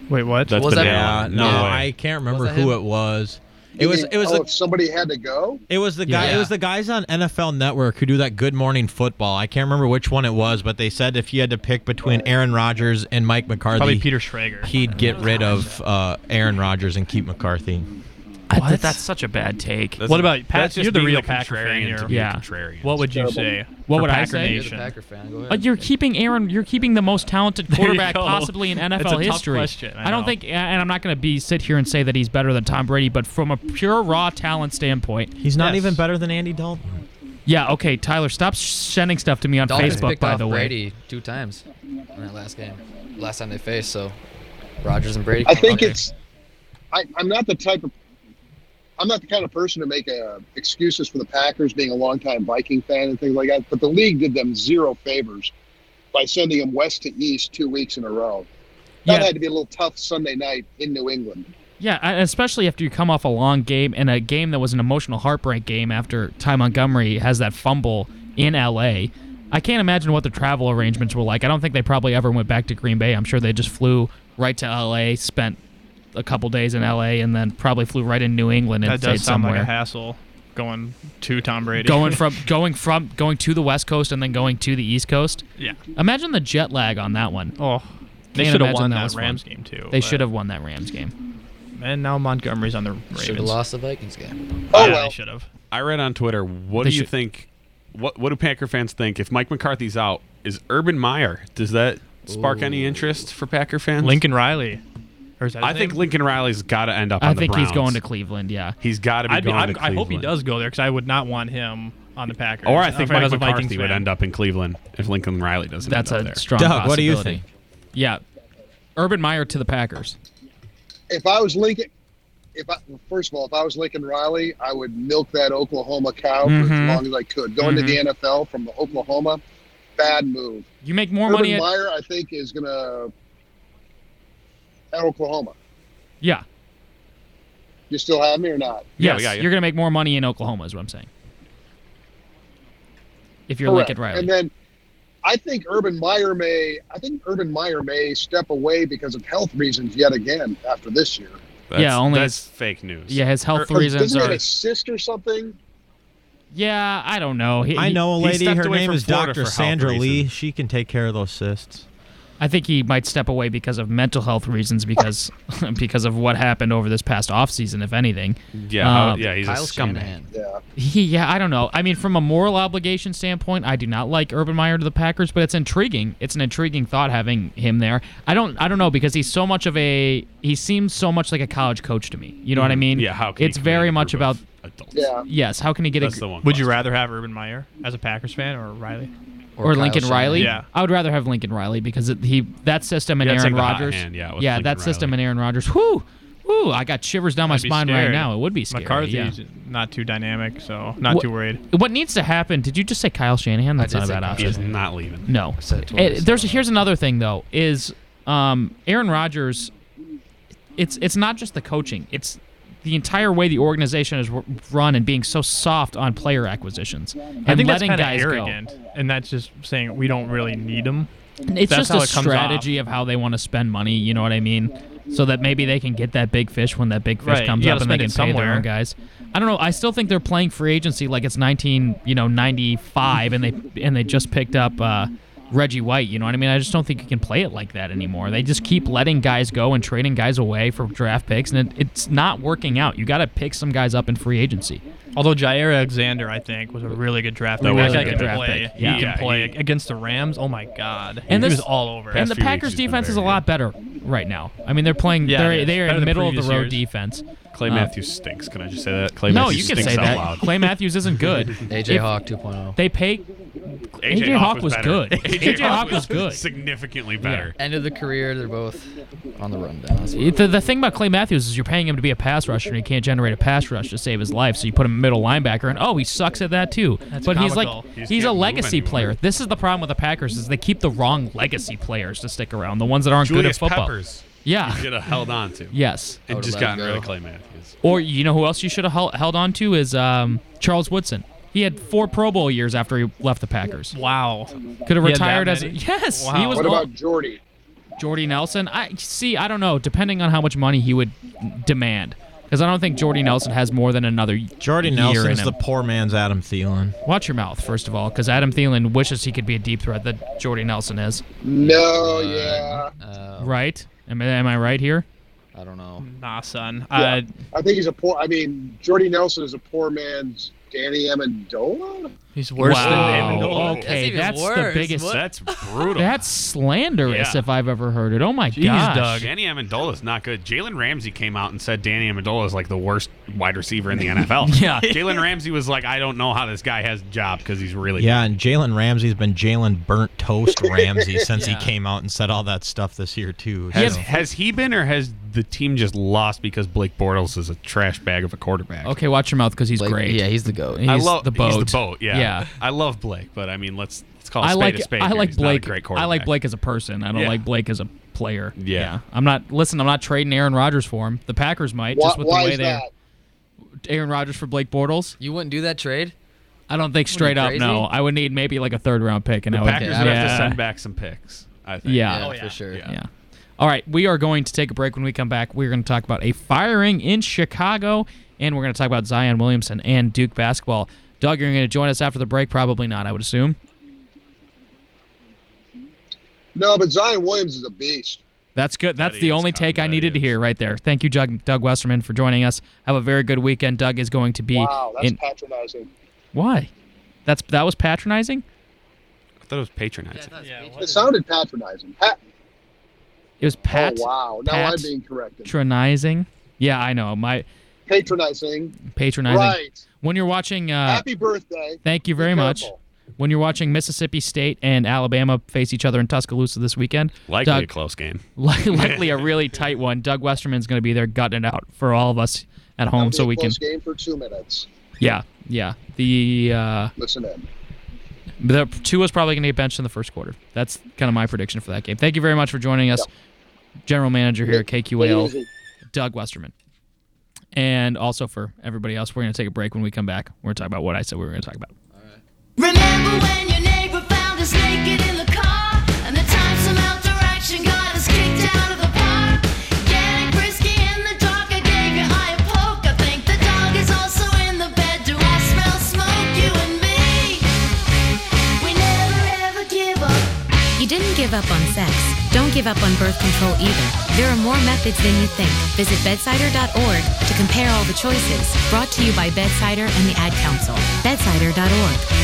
F: Wait, what?
E: That's
C: Was that-
E: banana.
B: Yeah,
C: Yeah,
B: no,
E: no way.
B: I can't remember
C: Was that
B: who
C: him?
B: it was. It was it was
K: oh,
B: the,
K: if somebody had to go.
B: it was the guy it
K: Yeah.
B: was the guys on NFL Network who do that Good Morning Football. I can't remember which one it was, but they said if you had to pick between Aaron Rodgers and Mike McCarthy,
F: Probably Peter Schrager.
B: he'd get rid of uh, Aaron Rodgers and keep McCarthy.
A: I think that's such a bad take.
F: What about Pat? You're the real Packer fan here. What would you say?
A: What
F: for
A: would I
F: Packer
A: say?
F: Nation?
A: Uh, you're keeping Aaron. You're keeping the most talented
F: (laughs) There you
A: quarterback
F: go.
A: possibly in NFL
F: It's a tough
A: history.
F: question, I
A: I, don't
F: know.
A: think, and I'm not going to be sit here and say that he's better than Tom Brady, but from a pure raw talent standpoint,
B: He's not even better than Andy Dalton.
A: Yeah. Okay, Tyler, stop sending stuff to me on
C: Dolphins
A: Facebook.
C: picked
A: By
C: off
A: the way,
C: Brady two times in that last game, last time they faced. So Rogers and Brady.
K: I
C: come
K: think
C: out there.
K: it's. I, I'm not the type of. I'm not the kind of person to make uh, excuses for the Packers being a longtime Viking fan and things like that. But the league did them zero favors by sending them west to east two weeks in a row. That
A: Yeah.
K: had to be a little tough Sunday night in New England.
A: Yeah, and especially after you come off a long game and a game that was an emotional heartbreak game after Ty Montgomery has that fumble in LA. I can't imagine what the travel arrangements were like. I don't think they probably ever went back to Green Bay. I'm sure they just flew right to LA, spent a couple days in LA, and then probably flew right in New England and
F: That
A: stayed
F: does sound
A: somewhere.
F: like a hassle going to Tom
A: (laughs)
F: Brady.
A: going from going from going to the West Coast and then going to the East Coast.
F: (laughs) Yeah.
A: Imagine the jet lag on that one.
F: Oh, they
A: Can't
F: should have
A: imagine
F: won
A: that
F: that,
A: was fun.
F: Rams game too.
A: They
F: but-
A: should have won that Rams game.
F: And now Montgomery's on the Ravens.
C: Should have lost the Vikings game.
K: Oh
F: yeah,
K: well.
F: they should have.
E: I read on Twitter. What
A: They
E: do you
A: should-
E: think? What What do Packer fans think if Mike McCarthy's out? Is Urban Meyer? Does that spark any interest for Packer fans?
F: Lincoln Riley. Or is that his
E: I think
F: name?
E: Lincoln Riley's got to end up.
A: I
E: on the
A: think he's
E: Browns.
A: going to Cleveland. Yeah.
E: He's got to be
F: I'd be-
E: going
F: I'd-
E: to
F: I
E: Cleveland.
F: hope he does go there because I would not want him on the Packers.
E: Or I think
F: if I
E: Mike
F: was a Vikings
E: McCarthy would
F: fan.
E: end up in Cleveland if Lincoln Riley doesn't.
A: That's
E: end
A: a
E: up there.
A: strong
B: Doug, what do you
A: possibility.
B: think?
A: Yeah. Urban Meyer to the Packers.
K: If I was Lincoln, if I first of all, if I was Lincoln Riley, I would milk that Oklahoma cow for
A: Mhm.
K: as long as I could. Going to the NFL from Oklahoma, bad move.
A: You make more
K: Urban
A: money at
K: Meyer, I think, is going to at Oklahoma.
A: Yeah.
K: You still have me or not?
E: Yeah, we
A: Yes,
E: got you.
A: you're going to make more money in Oklahoma is what I'm saying. If you're
K: Correct.
A: Lincoln Riley.
K: And then I think Urban Meyer may. I think Urban Meyer may step away because of health reasons yet again after this year.
E: That's,
A: Yeah, only
E: that's fake news.
A: yeah, his health
K: Or
A: reasons
K: Doesn't he have
A: are
K: a cyst or something?
A: Yeah, I don't know. He,
B: I know a
E: he
B: lady.
E: stepped
B: Her
E: away
B: name
E: from
B: is
E: Florida for
B: Dr.
E: health
B: Sandra Lee.
E: reasons.
B: She can take care of those cysts.
A: I think he might step away because of mental health reasons because (laughs) because of what happened over this past offseason if anything.
E: Yeah, how-
F: uh,
A: Um,
E: yeah, he's
C: Kyle
E: a scumbag.
C: Shanahan.
K: Yeah.
A: He, yeah, I don't know. I mean, from a moral obligation standpoint, I do not like Urban Meyer to the Packers, but it's intriguing. It's an intriguing thought having him there. I don't, I don't know because he's so much of a, he seems so much like a college coach to me. You know what I mean?
E: Mm-hmm. Yeah, how can he
A: It's very
E: command a
A: much
E: group
A: about
E: of adults?
K: Yeah.
A: yes. How can he get
E: That's
A: a
E: the one.
F: Would you
E: question.
F: rather have Urban Meyer as a Packers fan or Riley?
A: or,
C: Kyle
A: Lincoln
C: Shanahan.
A: Riley?
F: Yeah.
A: I would rather have Lincoln Riley because it, he that system and
E: Yeah, it's
A: Aaron
E: like the hot
A: Rodgers.
E: hand, yeah, with
A: yeah,
E: Lincoln
A: that system and Aaron Rodgers. Whoo, whoo! I got shivers down my
F: I'd be
A: spine right
F: scared.
A: now. It would be scary. yeah.
F: McCarthy's not too dynamic, so not
A: What-
F: too worried.
A: What needs to happen? Did you just say Kyle Shanahan? That's
C: did
A: not a
C: say
A: bad
C: Kyle
A: option.
E: He is not leaving.
A: No.
C: said it
A: Eh,
C: twice.
A: there's here's another thing though is um, Aaron Rodgers. It's it's not just the coaching. It's the entire way the organization is r- run and being so soft on player acquisitions and
F: I think that's
A: letting
F: kind of
A: guys
F: arrogant, and that's just saying we don't really need him.
A: go. It's
F: That's
A: just
F: how
A: a
F: it comes
A: strategy of how they want to spend money. You know what I mean? So that maybe they can get that big fish when that big fish
F: Right,
A: comes
F: you
A: up
F: gotta
A: and they can
F: spend it
A: pay their
F: somewhere.
A: own guys. I don't know. I still think they're playing free agency like it's 19, you know, 95, and they and they just picked up uh, Reggie White. You know what I mean? I just don't think you can play it like that anymore. They just keep letting guys go and trading guys away for draft picks, and it, it's not working out. You got to pick some guys up in free agency.
F: Although Jair Alexander, I think, was a really good draft
E: That
F: pick.
E: was
F: That
E: a
F: guy
E: good
F: can
A: draft
F: play.
A: pick.
F: He
A: Yeah.
E: Yeah,
F: can play against the Rams. Oh my God!
A: And
F: he
A: this-
F: was all over. it.
A: And the
E: few weeks
A: Packers
E: he's been
A: defense is a
E: very
A: lot better right now. I mean, they're playing.
F: Yeah,
A: they're
F: it is.
A: they're
F: Better
A: in
F: than
A: middle of the
F: previous
A: road
F: years.
A: defense.
E: Clay
A: Uh,
E: Matthews stinks. Can I just say that? Clay
A: no,
E: Matthews
A: you can
E: stinks
A: say
E: out
A: that.
E: loud.
A: Clay Matthews isn't
E: (laughs)
A: good.
C: AJ
A: If
C: Hawk oh. 2.0.
A: They pay. AJ, Hawk was,
E: better.
A: good. AJ Hawk was good.
E: Significantly better.
C: End of the career, they're both on the run down. That's what-
A: The, the thing about Clay Matthews is you're paying him to be a pass rusher and he can't generate a pass rush to save his life, so you put him middle linebacker and oh he sucks at that too. but he's like
F: comical.
A: he's,
E: He just
A: a
E: can't move
A: legacy
E: anymore.
A: player. This is the problem with the Packers is they keep the wrong legacy players to stick around, the ones that aren't
E: Julius
A: good at football.
E: Peppers.
A: Yeah.
E: Should have held on to.
A: Yes.
E: And
C: would've
E: just
C: let it
E: gotten rid
C: go.
E: of Clay Matthews.
A: Or you know who else you should have hel- held on to is um, Charles Woodson. He had four Pro Bowl years after he left the Packers.
F: wow.
A: Could have
F: He had
A: retired
F: that
A: as a,
F: many?
A: yes. He
F: Wow.
A: was
K: What
A: all-
K: about Jordy?
A: Jordy Nelson. I see. I don't know. Depending on how much money he would demand, Because I don't think Jordy Nelson has more than another Jordy
B: Nelson is
A: in
B: the
A: him.
B: poor man's Adam Thielen.
A: Watch your mouth, first of all, because Adam Thielen wishes he could be a deep threat that Jordy Nelson is.
K: No, yeah.
A: Right? Am I, am I right here?
C: Uh, I don't know.
F: Nah, son.
K: Yeah.
F: Uh,
K: I think he's a poor. I mean, Jordy Nelson is a poor man's Danny Amendola.
F: He's
K: worse
A: wow.
K: than Amendola. That's
A: Okay,
K: even
A: that's, the
K: worse.
A: biggest.
K: What? That's
E: brutal.
A: That's slanderous
E: Yeah.
A: if I've ever heard it. Oh my gosh.
E: Danny Amendola is not good. Jalen Ramsey came out and said Danny Amendola is like the worst wide receiver
A: (laughs)
E: in the NFL.
A: Yeah.
E: Jalen Ramsey was like, I don't know how this guy has a job because he's really
B: Yeah, and Jalen Ramsey's been Jalen burnt (laughs) toast Ramsey since
E: Yeah.
B: he came out and said all that stuff this year too.
E: Has,
B: so.
E: has he been, or has the team just lost because Blake Bortles is a trash bag of a quarterback?
A: Okay, watch your mouth because he's great.
E: yeah,
C: he's the goat.
A: He's
E: I love
A: the boat.
E: He's the boat. Yeah,
A: Yeah.
E: I love Blake, but I mean, let's let's call a
A: I
E: spade
A: like
E: a spade.
A: I
E: here.
A: like
E: He's not a
A: Blake.
E: great
A: I like
E: quarterback.
A: Blake as a person. I don't
E: Yeah.
A: like Blake as a player.
E: Yeah.
A: I'm not. Listen, I'm not trading Aaron Rodgers for him. The Packers might just
C: Why-
A: with the
C: why
A: way
C: is
A: they.
C: that?
A: Aaron Rodgers for Blake Bortles.
C: You wouldn't do that trade?
A: I don't think
C: What are you,
A: straight up.
C: crazy?
A: No, I would need maybe like a third round pick, and
E: The
A: I would.
E: Packers
A: yeah.
E: would have to send back some picks. I think.
A: Yeah. Yeah, Oh,
C: for sure.
A: Yeah. All right, we are going to take a break. When we come back, we're going to talk about a firing in Chicago, and we're going to talk about Zion Williamson and Duke basketball. Doug, you're going to join us after the break? Probably not. I would assume.
K: No, but Zion Williams is a beast.
A: That's good. That's the only take I needed to hear right there. Thank you, Doug, Doug Westerman, for joining us. Have a very good weekend. Doug is going to be
K: Wow, that's
A: in.
K: patronizing.
A: Why? That's that was patronizing.
E: I thought it was patronizing.
K: it sounded patronizing. Pat-
A: It was pat.
K: oh wow, now I'm being corrected.
A: patronizing. Yeah, I know. My
K: patronizing.
A: patronizing.
K: Right.
A: When you're watching. Uh,
K: Happy birthday.
A: Thank you very much. When you're watching Mississippi State and Alabama face each other in Tuscaloosa this weekend, (laughs)
E: Likely
A: Doug-
E: a close
A: (laughs)
E: game.
A: Li- likely a really tight one. Doug Westerman's going to be there gutting it out for all of us at home, so
K: Be a
A: we can.
K: close game for two minutes.
A: Yeah, yeah. The uh,
K: Listen in.
A: the Tua's probably going to get benched in the first quarter. That's kind of my prediction for that game. Thank you very much for joining us, General Manager here at
K: Take it
A: KQAL,
K: easy.
A: Doug Westerman, and also for everybody else. We're going to take a break. When we come back, we're going to talk about what I said we were going to talk about.
L: Remember when your neighbor found us naked in the car? And the time some out direction got us kicked out of the park. Getting frisky in the dark, I gave your eye a poke. I think the dog is also in the bed. Do I smell smoke? You and me. We never ever give up.
M: You didn't give up on sex. Don't give up on birth control either. There are more methods than you think. Visit bedsider.org to compare all the choices. Brought to you by Bedsider and the Ad Council. Bedsider.org.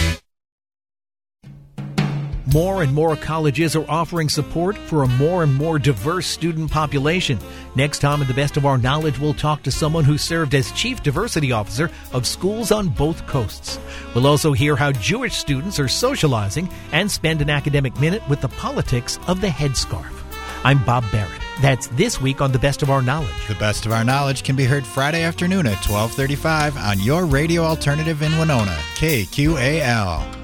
I: More and more colleges are offering support for a more and more diverse student population. Next time, at the best of our knowledge, we'll talk to someone who served as Chief Diversity Officer of schools on both coasts. We'll also hear how Jewish students are socializing and spend an academic minute with the politics of the headscarf. I'm Bob Barrett. That's this week on The Best of Our Knowledge.
J: The best of our knowledge can be heard Friday afternoon at 12:35 on your radio alternative in Winona, KQAL.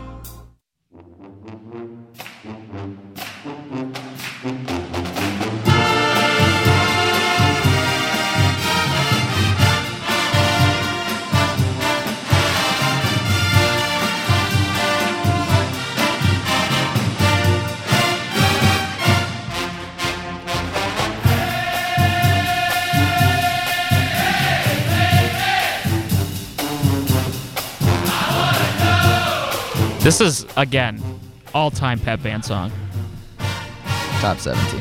A: This is again all-time Pep Band song. (laughs)
C: Top 17.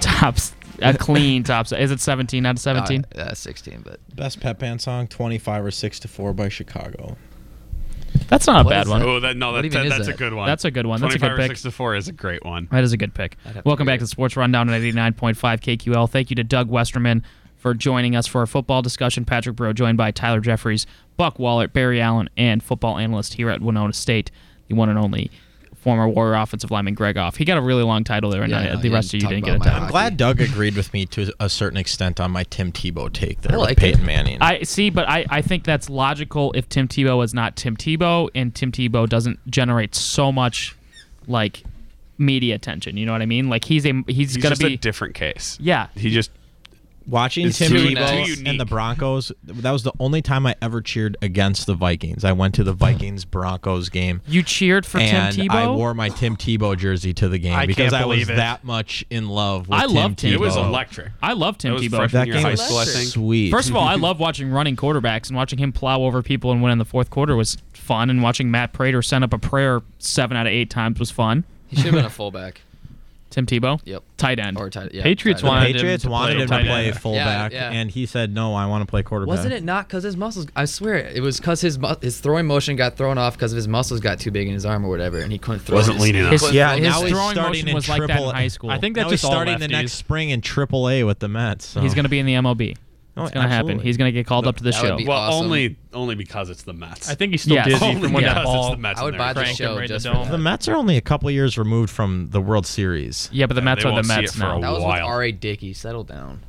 A: Tops a clean top. se- Is it 17 out of 17?
C: Uh, uh, 16, but
B: Best Pep Band song, twenty five or six to four by Chicago.
A: That's not a
E: What
A: bad
E: is
A: one.
E: that? Oh, that- no, What that- even that- is that's a that? good one.
A: That's a good one. That's a
E: 25
A: good
E: or
A: pick.
E: 6 to 4 is a great one.
A: That is a good pick.
E: I'd have to
A: Welcome back to the Sports Rundown at 89.5 KQL. Thank you to Doug Westerman for joining us for our football discussion. Patrick Bro joined by Tyler Jeffries, Buck Wallert, Barry Allen, and football analyst here at Winona State, the one and only former Warrior offensive lineman Greg Off. He got a really long title there, and
C: Yeah,
A: I-
C: no,
A: the
C: you
A: rest of you
C: talk
A: didn't get
C: about
A: a
C: my
A: title.
B: I'm glad Doug agreed with me to a certain extent on my Tim Tebow take there
A: I
B: with
A: like
B: Peyton Manning.
A: I see, but I, I think that's logical if Tim Tebow is not Tim Tebow and Tim Tebow doesn't generate so much like media attention. You know what I mean? Like he's a he's,
E: He's
A: gonna
E: just
A: be
E: a different case.
A: Yeah.
E: He just
B: Watching
E: It's
B: Tim
E: too-
B: Tebow
E: too
B: and the
E: unique.
B: Broncos, that was the only time I ever cheered against the Vikings. I went to the Vikings Broncos game.
A: You cheered for Tim
B: and I
A: Tebow?
B: wore my Tim Tebow jersey to the game
A: I
B: because
A: can't
B: I was
A: believe it.
B: that much in love with
A: I
B: Tim
A: love Tim.
B: Tebow.
A: Tebow. I love Tim
B: That was
A: Tebow.
B: freshman That year of game high was school, I think. sweet.
A: First of all, I love watching running quarterbacks and watching him plow over people and win in the fourth quarter was fun. And watching Matt Prater send up a prayer seven out of eight times was fun.
C: He should have been a fullback.
A: Tim Tebow.
C: Yep.
A: Tight end.
C: Or tight. Yeah,
A: Patriots
C: tight end.
B: the Patriots wanted him to play
C: Yeah,
B: fullback,
C: yeah.
B: and he said, "No, I want to play quarterback."
C: Wasn't it not because his muscles? I swear it was because his mu- his throwing motion got thrown off because of his muscles got too big in his arm or whatever, and he couldn't throw.
B: Wasn't
C: it.
B: lean enough. His- yeah, now he's (laughs) starting in
A: was like that in
B: triple-
A: high school.
B: I think that's Now he's just all starting the lefties. next spring in Triple A with the Mets. so-
A: He's going to be in the MLB.
B: Oh,
A: it's going to happen.
B: absolutely.
A: He's going to get called up to the show.
E: well, only only because it's the Mets.
A: I think he's still Yes. dizzy
E: Only
A: from when that
E: because it's
A: ball-
E: the Mets
A: I would
E: and they're
A: buy the
E: cranking
A: show
E: right
A: just
E: the
A: for
E: dome.
B: The Mets are only a couple of years removed from the World Series.
A: Yeah, but the Mets
E: they
A: are the
E: won't see
A: Mets
E: it for a
A: now.
C: That was with
E: Wild.
C: R.A. Dickey. Settle down.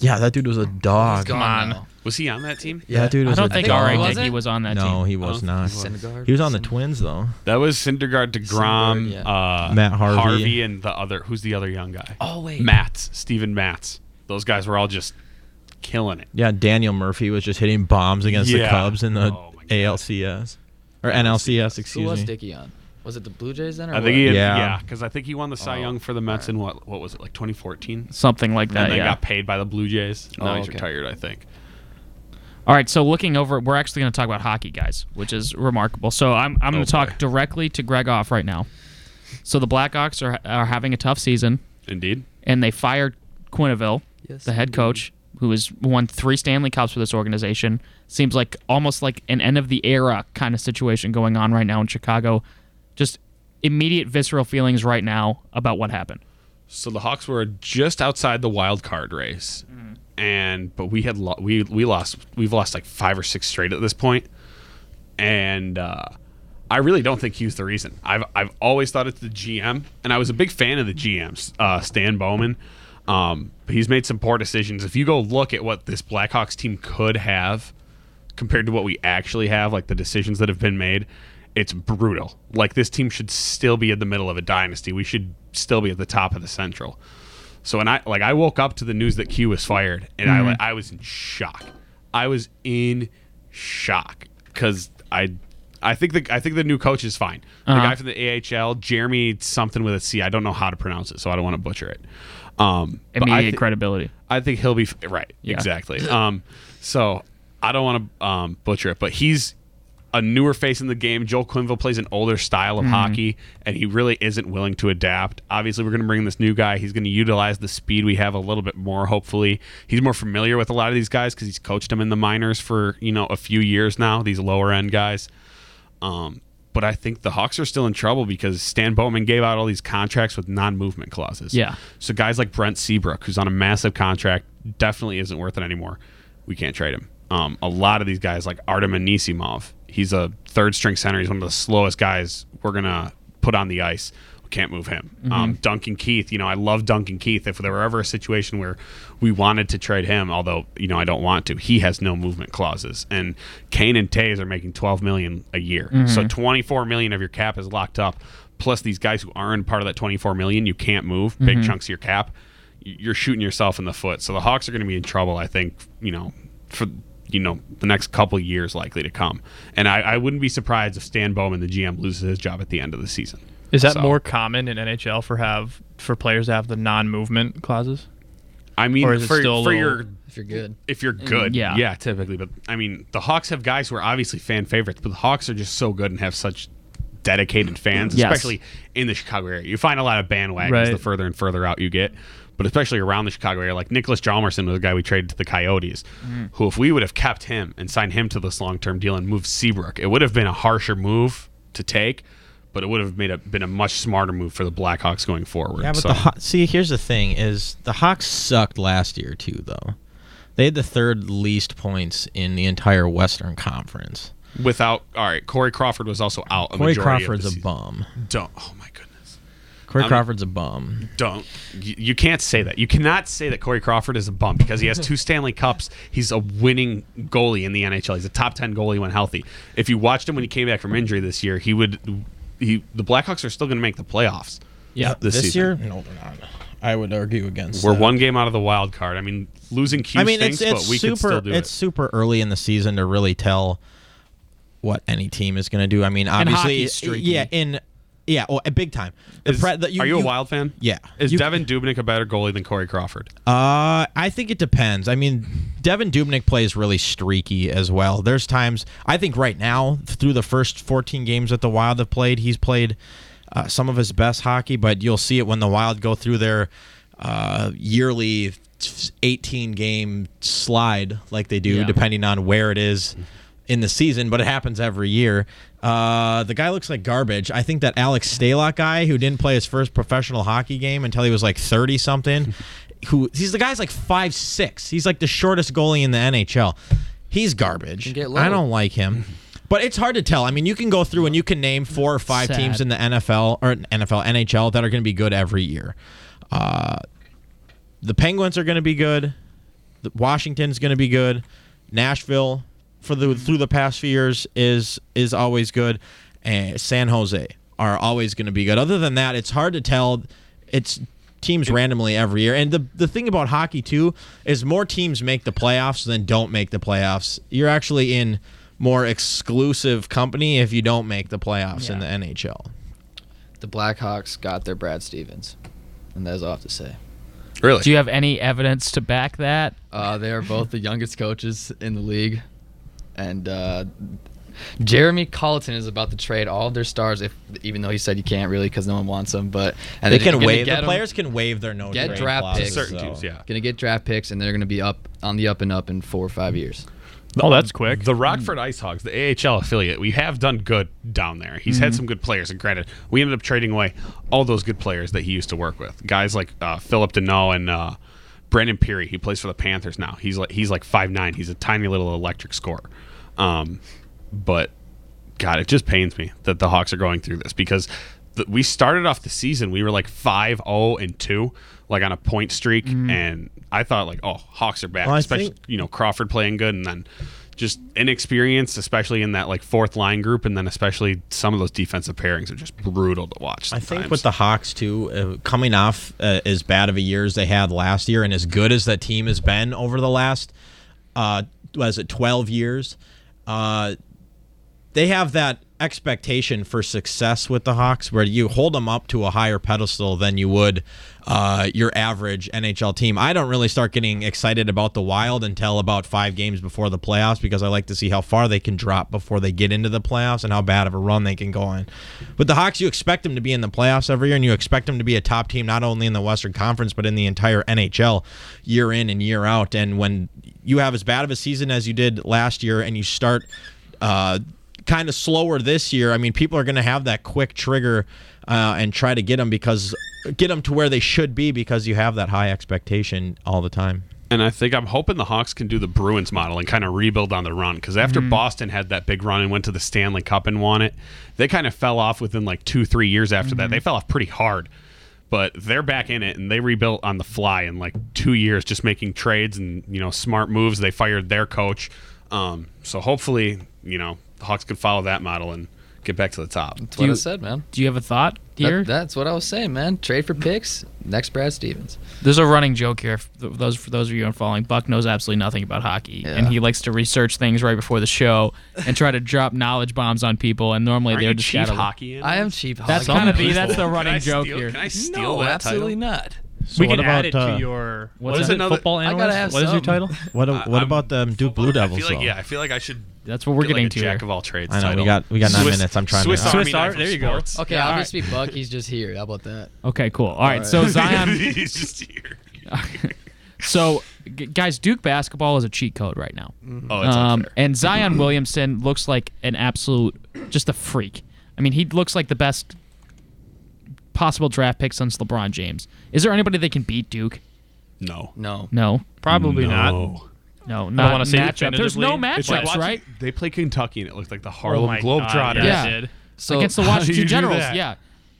B: Yeah, that dude was a dog.
C: Come on.
E: Was he on that team?
B: Yeah, that dude was a dog. No, he
E: I
B: was
E: don't
B: not.
E: think he was.
B: He was on the Twins though.
E: That was Syndergaard, Degrom,
B: Syndergaard,
E: uh,
B: Matt Harvey.
E: and the other. Who's the other young guy?
C: Oh wait,
E: Matts, Steven Matz. Those guys were all just killing it.
B: Yeah, Daniel Murphy was just hitting bombs against the
E: Yeah.
B: Cubs in the ALCS or NLCS.
C: Who was
B: Excuse me.
C: Dickey on? Was it the Blue Jays then? Or
E: I think
C: what?
E: he had,
B: Yeah.
E: yeah, because I think he won the Cy Young for the Mets in what what was it like 2014?
A: Something like that,
E: And they
A: Uh, yeah.
E: got paid by the Blue Jays. Now
A: Oh,
E: he's
A: okay.
E: retired, I think.
A: All right, so looking over, we're actually going to talk about hockey, guys, which is remarkable. So I'm, I'm going to talk directly to Greg Off right now. So the Blackhawks are are having a tough season.
E: Indeed.
A: And they fired Quinville,
E: Yes,
A: the head coach, who has won three Stanley Cups for this organization. Seems like almost like an end of the era kind of situation going on right now in Chicago. Just immediate visceral feelings right now about what happened.
E: So the Hawks were just outside the wild card race, and but we had lo- we we lost we've lost like five or six straight at this point, and uh, I really don't think he's the reason. I've I've always thought it's the GM, and I was a big fan of the GMs, uh, Stan Bowman. Um, but he's made some poor decisions. If you go look at what this Blackhawks team could have compared to what we actually have, like the decisions that have been made, it's brutal. Like this team should still be in the middle of a dynasty. We should still be at the top of the Central. So and I like I woke up to the news that Q was fired, and I
N: Mhm.
E: like, I was in shock. I was in shock because I. I think the I think the new coach is fine. The
N: Uh-huh.
E: guy from the AHL, Jeremy something with a C. I don't know how to pronounce it, so I don't want to butcher it. Um, but I
A: Immediate
E: thi-
A: credibility.
E: I think he'll be f- right.
A: Yeah.
E: Exactly. Um, so I don't want to um, butcher it, but he's a newer face in the game. Joel Quinville plays an older style of
A: Mm-hmm.
N: Mhm.
E: hockey, and he really isn't willing to adapt. Obviously, we're going to bring this new guy. He's going to utilize the speed we have a little bit more. Hopefully, he's more familiar with a lot of these guys because he's coached them in the minors for you know a few years now. These lower end guys. Um, but I think the Hawks are still in trouble because Stan Bowman gave out all these contracts with non-movement clauses.
A: Yeah.
E: So guys like Brent Seabrook, who's on a massive contract, definitely isn't worth it anymore. We can't trade him. Um, a lot of these guys like Artem Anisimov, he's a third-string center. He's one of the slowest guys we're gonna put on the ice. We can't move him. Um,
N: Mhm.
E: Duncan Keith, you know, I love Duncan Keith. If there were ever a situation where we wanted to trade him, although you know I don't want to, he has no movement clauses. And Kane and Tays are making twelve million a year, so
N: Mhm.
E: twenty four million of your cap is locked up. Plus these guys who aren't part of that twenty four million, you can't move big
F: Mm-hmm.
N: Mhm.
E: chunks of your cap. y- You're shooting yourself in the foot. So the Hawks are going to be in trouble. I think you know for you know the next couple years likely to come. And I, I wouldn't be surprised if Stan Bowman, the GM, loses his job at the end of the season.
F: Is that
E: So-
F: more common in NHL for have for players to have the non-movement clauses?
E: I mean,
F: or is
E: for,
F: it still a
E: for
F: little-
E: your
C: If you're good.
E: if
N: Mm,
E: you're good,
F: Yeah.
E: yeah, typically. But I mean, the Hawks have guys who are obviously fan favorites, but the Hawks are just so good and have such dedicated fans,
N: Yes.
E: especially in the Chicago area. You find a lot of bandwagons
N: Right.
E: the further and further out you get, but especially around the Chicago area. Like Nicholas Jalmerson was a guy we traded to the Coyotes,
N: Mm.
E: who if we would have kept him and signed him to this long term deal and moved Seabrook, it would have been a harsher move to take. But it would have made a, been a much smarter move for the Blackhawks going forward.
B: Yeah, but
E: so.
B: the Haw- see, here's the thing: is the Hawks sucked last year too, though. They had the third least points in the entire Western Conference.
E: without all right corey crawford was also out a
B: Corey
E: majority of the
B: Crawford's a
E: season.
B: bum.
E: don't oh my goodness
B: Corey
E: I'm-
B: Crawford's a bum.
E: don't you, you can't say that you cannot say that corey crawford is a bum because he has
B: (laughs)
E: two stanley cups he's a winning goalie in the nhl he's a top 10 goalie when healthy if you watched him when he came back from injury this year he would he the blackhawks are still going to make the playoffs
B: Yeah,
E: this,
B: this
E: season.
B: year? No, they're not.
N: I would argue against.
E: We're
N: that.
E: one game out of the wild card. I mean, losing Q
B: I mean,
E: stinks,
B: it's, it's
E: but we
B: super
E: could still do
B: it's super early in the season to really tell what any team is going to do. I mean,
E: And
B: obviously,
E: hockey's streaky.
B: yeah, in yeah, oh, big time.
E: it.
B: The
E: Is-
B: pre- the-
E: are you, a wild fan?
B: Yeah.
E: Is
B: You-
E: Devin Dubnik a better goalie than Corey Crawford?
B: Uh, I think it depends. I mean, Devin Dubnik plays really streaky as well. There's times I think right now through the first 14 games that the Wild have played, he's played uh, some of his best hockey. But you'll see it when the Wild go through their uh, yearly 18 game slide, like they do,
N: Yeah.
B: depending on where it is in the season, but it happens every year. Uh, the guy looks like garbage. I think that Alex Stalock guy who didn't play his first professional hockey game until he was like 30 something, who he's the guy's like five six. He's like the shortest goalie in the NHL. He's garbage. I don't like him. But it's hard to tell. I mean, you can go through and you can name four or five
N: Sad.
B: teams in the NFL or NFL NHL that are going to be good every year. Uh, the Penguins are going to be good. The- Washington's going to be good. Nashville for the through the past few years is is always good. And San Jose are always going to be good. Other than that, it's hard to tell. It's teams randomly every year. And the the thing about hockey too is more teams make the playoffs than don't make the playoffs. You're actually in more exclusive company if you don't make the playoffs in the NHL.
C: The Blackhawks got their Brad Stevens, and that's all I have to say.
E: Really?
A: Do you have any evidence to back that?
C: Uh, they are both the youngest coaches in the league, and uh, Jeremy Colleton is about to trade all of their stars. If even though he said you can't really because no one wants them, but and
B: They
C: they're
B: can
C: gonna
B: waive-
C: get
B: the
C: 'em-
B: players can waive their no
C: get
B: trade
C: draft
B: clauses,
C: picks.
B: Certain teams, yeah.
C: gonna get draft picks, and they're gonna be up on the up and up in four or five years.
E: Oh, that's quick. The Rockford Ice Hogs, the AHL affiliate, we have done good down there. He's had
C: Mhm.
E: some good players, and granted, we ended up trading away all those good players that he used to work with. Guys like uh, Philip Deneau and uh, Brandon Peary. He plays for the Panthers now. He's like he's like five nine. He's a tiny little electric scorer. Um, but God, it just pains me that the Hawks are going through this because th- we started off the season we were like 5-0 and two, like on a point streak, and I thought like, oh, Hawks are back,
B: Mm-hmm. Well, I
E: especially
B: think-
E: you know Crawford playing good, and then just inexperience, especially in that like fourth line group, and then especially some of those defensive pairings are just brutal to watch.
B: I think with the Hawks too, uh, coming off uh, as bad of a year as they had last year, and as good as that team has been over the last, uh, was it twelve years? Uh, they have that expectation for success with the Hawks, where you hold them up to a higher pedestal than you would uh, your average NHL team. I don't really start getting excited about the Wild until about five games before the playoffs because I like to see how far they can drop before they get into the playoffs and how bad of a run they can go on. With the Hawks, you expect them to be in the playoffs every year, and you expect them to be a top team not only in the Western Conference but in the entire NHL year in and year out. And when you have as bad of a season as you did last year, and you start uh, kind of slower this year. I mean, people are going to have that quick trigger uh, and try to get them because get them to where they should be because you have that high expectation all the time.
E: And I think I'm hoping the Hawks can do the Bruins model and kind of rebuild on the run because after
A: Mm-hmm.
B: Mhm.
E: Boston had that big run and went to the Stanley Cup and won it, they kind of fell off within like two, three years after that.
A: Mm-hmm.
B: Mhm.
E: They fell off pretty hard, but they're back in it and they rebuilt on the fly in like two years, just making trades and you know smart moves. They fired their coach, um, so hopefully you know the Hawks can follow that model and get back to the top.
C: That's what I said, man.
A: Do you have a thought
C: That-
A: here?
C: that's what I was saying, man. Trade for picks. Next, Brad Stevens.
A: There's a running joke here. For th- those for those of you unfollowing, Buck knows absolutely nothing about hockey, and he likes to research things right before the show and try to drop knowledge bombs on people. And normally
C: Aren't
A: they're
C: you
A: just
C: chief
A: out of-
C: hockey analyst? I am chief
A: That's
C: hockey
A: gonna be
C: analyst.
A: that's the
C: Can I
A: running joke
C: steal-
A: here.
C: can I steal No, that absolutely title? not.
F: we can add it
A: uh,
F: to your
A: What's
F: what is
A: that?
F: it? Football
A: I gotta
F: analyst.
A: have
F: What is your
A: some.
F: title?
B: uh, What what about the Duke Blue
E: I
B: Devils?
E: feel like
B: though?
E: yeah, I feel like I should.
A: That's what we're
E: get, like,
A: getting
E: a
A: to
E: Jack
A: here.
E: of all trades.
B: I know, we
E: title.
B: got- we got nine minutes. I'm trying to-
E: Swiss
B: Swiss
E: Army
B: Army
E: knife
B: art,
E: of
B: there you go.
E: sports.
C: Okay, I'll just be Buck. He's just here. How about that?
A: Okay, cool. All right, so Zion.
E: (laughs)
A: (laughs)
E: He's just here.
A: so, g- guys, Duke basketball is a cheat code right now. Um,
E: Mhm. Oh, that's unfair.
A: and Zion Williamson looks like an absolute, just a freak. I mean, he looks like the best possible draft pick since LeBron James. Is there anybody that can beat Duke?
E: No.
C: No.
A: No.
F: Probably not.
A: No,
F: I
A: not
F: wanna say
A: matchup. There's no
F: definitively.
A: matchups,
E: It's like watching-
A: right?
E: They play Kentucky, and it looked like the
F: Oh
E: Harlem
F: my God,
E: Globetrotters.
F: yeah, it did.
A: So- Against the Washington
E: How do you do
A: Generals,
E: that?
A: yeah.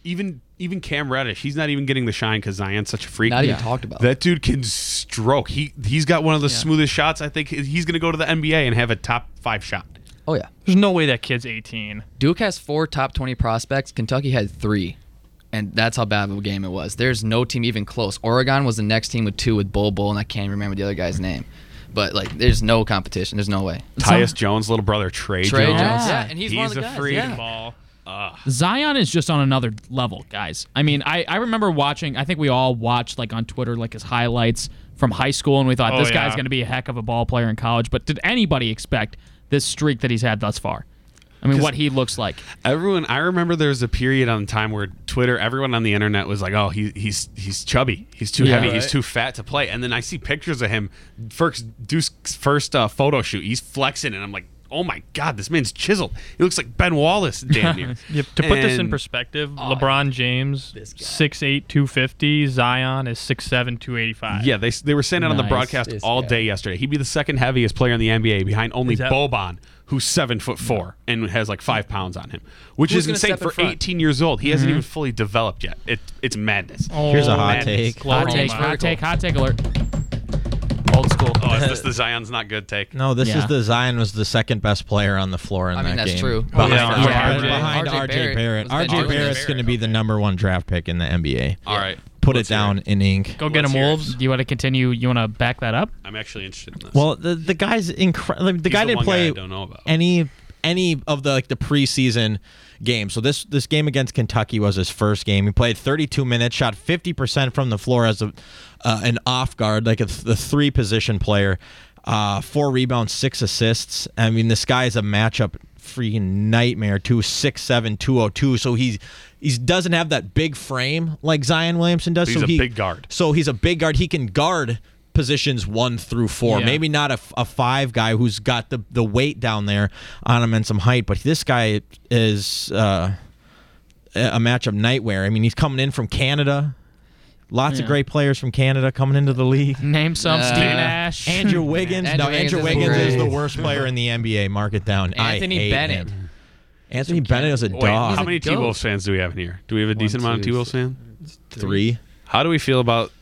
E: Even even Cam Reddish, he's not even getting the shine because Zion's such a freak.
C: Not even Yeah. talked about.
E: That dude can stroke. He he's got one of the smoothest shots. I think he's going to go to the NBA and have a top five shot.
C: Oh yeah.
F: There's no way that kid's 18.
C: Duke has four top twenty prospects. Kentucky had three. and that's how bad of a game it was. There's no team even close. Oregon was the next team with two with Bull Bull, and I can't even remember the other guy's name. But like, there's no competition. There's no way.
E: Tyus Jones' little brother Trey,
C: Trey
E: Jones.
C: Jones. Yeah, and he's one of the
E: a
C: guys,
E: freak.
C: yeah.
F: Ball.
A: Zion is just on another level, guys. I mean, I, I remember watching, I think we all watched like on Twitter like his highlights from high school and we thought
F: Oh,
A: this guy's
F: yeah.
A: going to be a heck of a ball player in college, but did anybody expect this streak that he's had thus far? I mean,
E: 'Cause-
A: what he looks like.
E: Everyone, I remember there was a period on time where Twitter, everyone on the internet was like, "Oh, he, he's he's chubby, he's too
A: Yeah.
E: heavy,
A: Right.
E: he's too fat to play." And then I see pictures of him first Duke's first uh, photo shoot, he's flexing, and I'm like, "Oh my god, this man's chiseled. He looks like Ben
F: (laughs)
E: Wallace damn near."
F: Yep, to put this in
E: And-
F: perspective, LeBron James, 6'8", 250. Zion is 6'7", 285.
E: Yeah, they they were saying it on the
F: Nice.
E: broadcast
F: This
E: all
F: guy.
E: day yesterday. He'd be the second heaviest player in the NBA behind only
F: Is that-
E: Boban, who's seven foot four and has like five pounds on him, which is
F: Who's gonna
E: insane
F: step in
E: for
F: front?
E: 18 years old. He hasn't
F: Mm-hmm.
A: Mhm.
E: even fully developed yet. It it's madness.
F: Oh,
B: Here's a hot take.
A: Hot take, hot take, hot take alert. Old school.
E: Oh, is this the Zion's not good take?
B: No, this
E: Yeah.
B: is the Zion was the second best player on the floor in
E: I mean,
B: that
E: that's
B: game.
E: true.
B: Behind,
E: Yeah. Yeah.
B: behind- behind
E: RJ
B: RJ,
E: Barrett
B: Barrett.
E: was better
B: RJ
E: than
B: Barrett's going to be the number one draft pick in the NBA.
E: All right.
B: Put it down in ink.
A: Go get him, Wolves. Do you want to continue? You want to back that up?
E: I'm actually interested in this.
B: Well, the the guy's incredible. The guy
E: the
B: didn't
E: one guy I
B: play
E: don't know about.
B: any any of the like the preseason games. So this this game against Kentucky was his first game. He played 32 minutes, shot 50 percent from the floor as a uh, an off guard, like a th- the three position player. Uh, four rebounds, six assists. I mean, this guy is a matchup freaking nightmare. Two six seven two zero two. So he's he doesn't have that big frame like Zion Williamson does.
E: But he's
B: so
E: a
B: he,
E: big guard.
B: So he's a big guard. He can guard positions one through four.
E: Yeah.
B: Maybe not a, f- a five guy who's got the, the weight down there on him and some height, but this guy is uh, a a matchup nightmare. I mean, he's coming in from Canada. Lots
A: Yeah.
B: of great players from Canada coming into the league.
A: Name some.
B: Uh,
E: (laughs)
A: Steve Nash.
B: Andrew Wiggins.
A: Andrew
B: no,
A: Wiggins
B: Andrew
A: is
B: Wiggins is the
A: great.
B: worst player in the NBA. Mark it down. I
A: Anthony
B: hate
A: Bennett.
B: him. Anthony Bennett is a
E: Wait,
B: dog.
E: (laughs) how many T Wolves fans do we have in here? Do we have a decent amount of
B: two,
E: T Wolves fans? (laughs)
B: Three.
E: How do we feel about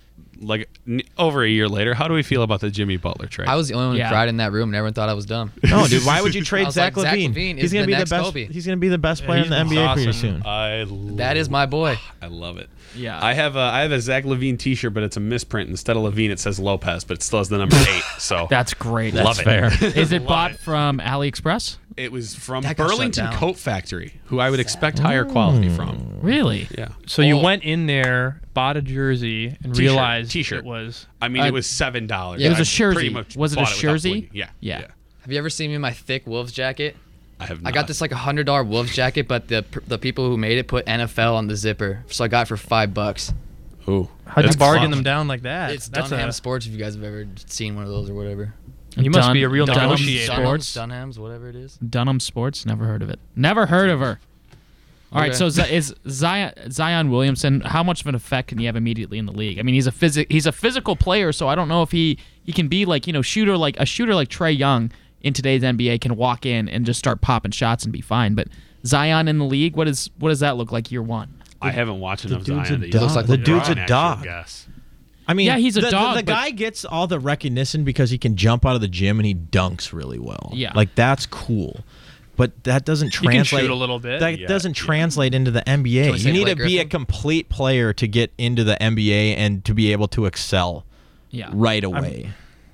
E: like n- over a year later? How do we feel about the Jimmy Butler trade?
C: I was the only one who cried in that room, and everyone thought I
B: (laughs)
C: was dumb.
B: No, dude. Why would you
C: I
B: trade
C: was
B: Zach,
C: like,
B: Levine?
C: Levine
B: He's
C: is
B: gonna be
C: the next
B: the best.
C: Kobe.
B: He's gonna be the best
C: Yeah,
B: player in
E: he's
B: the NBA pretty
E: awesome.
B: soon.
E: I
C: That is my boy.
E: I love it.
A: Yeah.
E: I have a I have a Zach Levine T-shirt, but it's a misprint. Instead of Levine, it says Lopez, but it still has the number eight. So
A: That's great.
E: Love it.
A: Is it bought from AliExpress?
E: (laughs) It was from
A: That got shut
E: Burlington
A: down.
E: Coat Factory, who I would expect higher quality from.
A: Really?
E: Yeah.
F: So you went in there, bought a jersey, and
E: T-shirt,
F: realized
E: T-shirt.
F: it was.
E: I
C: Uh,
E: mean, it was seven dollars.
A: It was a jersey. Was it a jersey?
E: Yeah.
A: Yeah.
C: Have you ever seen me in my thick Wolves jacket?
E: I have.
C: I got this like a hundred dollar Wolves jacket, but the the people who made it put NFL on the zipper, so I got it for five bucks.
E: Ooh.
F: How'd you bargain them down like that?
C: It's
F: That's
C: Dunham
F: a-
C: Sports. If you guys have ever seen one of those or whatever,
F: You must be a real
C: Dunham
F: negotiator.
C: Sports, Dunham's, whatever it is.
A: Dunham Sports. Never heard of it. Never heard of her. All right.
C: Okay.
A: So Z- is Zion, Zion Williamson? How much of an effect can he have immediately in the league? I mean, he's a physic. He's a physical player. So I don't know if he he can be like you know shooter like a shooter like Trey Young in today's NBA can walk in and just start popping shots and be fine. But Zion in the league, what is what does that look like year one?
E: I haven't watched
B: The
E: enough
B: dude's
E: Zion. to-
B: a dog. The dude's a
E: Actual
B: dog.
E: Guess.
B: I mean,
A: Yeah, he's a
B: the, the-
A: dog,
B: The,
A: but-
B: guy gets all the recognition because he can jump out of the gym and he dunks really well.
A: Yeah.
B: like that's cool. But that doesn't
A: He can shoot
B: translate
A: a little bit.
B: That
A: Yeah,
B: doesn't translate into the NBA.
A: Can we
B: You
A: say
B: need
A: Blake
B: to be a
A: Griffin?
B: complete player to get into the NBA and to be able to excel.
A: Yeah.
B: right away.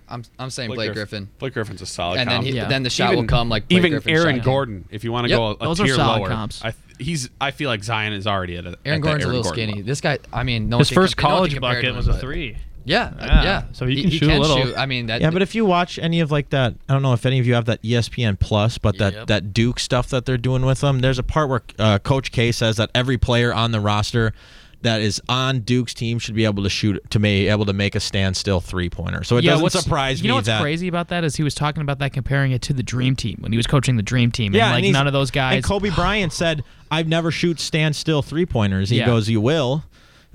C: I'm I'm saying
E: Blake
C: Blake,
E: Griffin.
C: Griffin.
E: Blake Griffin's a solid
C: And then
E: comp.
C: he- Yeah. then the shot will come like Blake
E: even
C: Griffin's
E: Aaron
C: shot.
E: Gordon, if you want to
C: Yep,
E: go a, a
C: those are
E: tier
C: solid
E: lower.
C: comps.
E: I th- he's I feel like Zion is already at a at
C: Aaron
E: that
C: Gordon's a
E: Aaron
C: little
E: Gordon
C: skinny.
E: level.
C: This guy, I mean, no
F: His
C: one can
F: first
C: comp- no one
F: college
C: can compare
F: bucket
C: to
F: was a
C: him, but-
F: three.
C: Yeah, uh,
F: Yeah,
C: yeah.
F: so he
C: He-
F: can
C: he
F: shoot a
C: can
F: little.
C: shoot. I mean, that-
B: yeah, but if you watch any of like that, I don't know if any of you have that E ESPN Plus, but that
C: Yep.
B: that Duke stuff that they're doing with them. There's a part where uh, Coach K says that every player on the roster that is on Duke's team should be able to shoot to be able to make a standstill three pointer. So it
A: Yeah,
B: doesn't
A: what's-
B: surprise
A: You know
B: me
A: what's
B: that.
A: crazy about that is he was talking about that comparing it to the Dream Team when he was coaching the Dream Team. and
B: Yeah, and
A: like
B: he's-
A: none of those guys.
B: And Kobe Bryant said, "I've never shoot standstill three pointers." He
A: Yeah.
B: goes, "You will."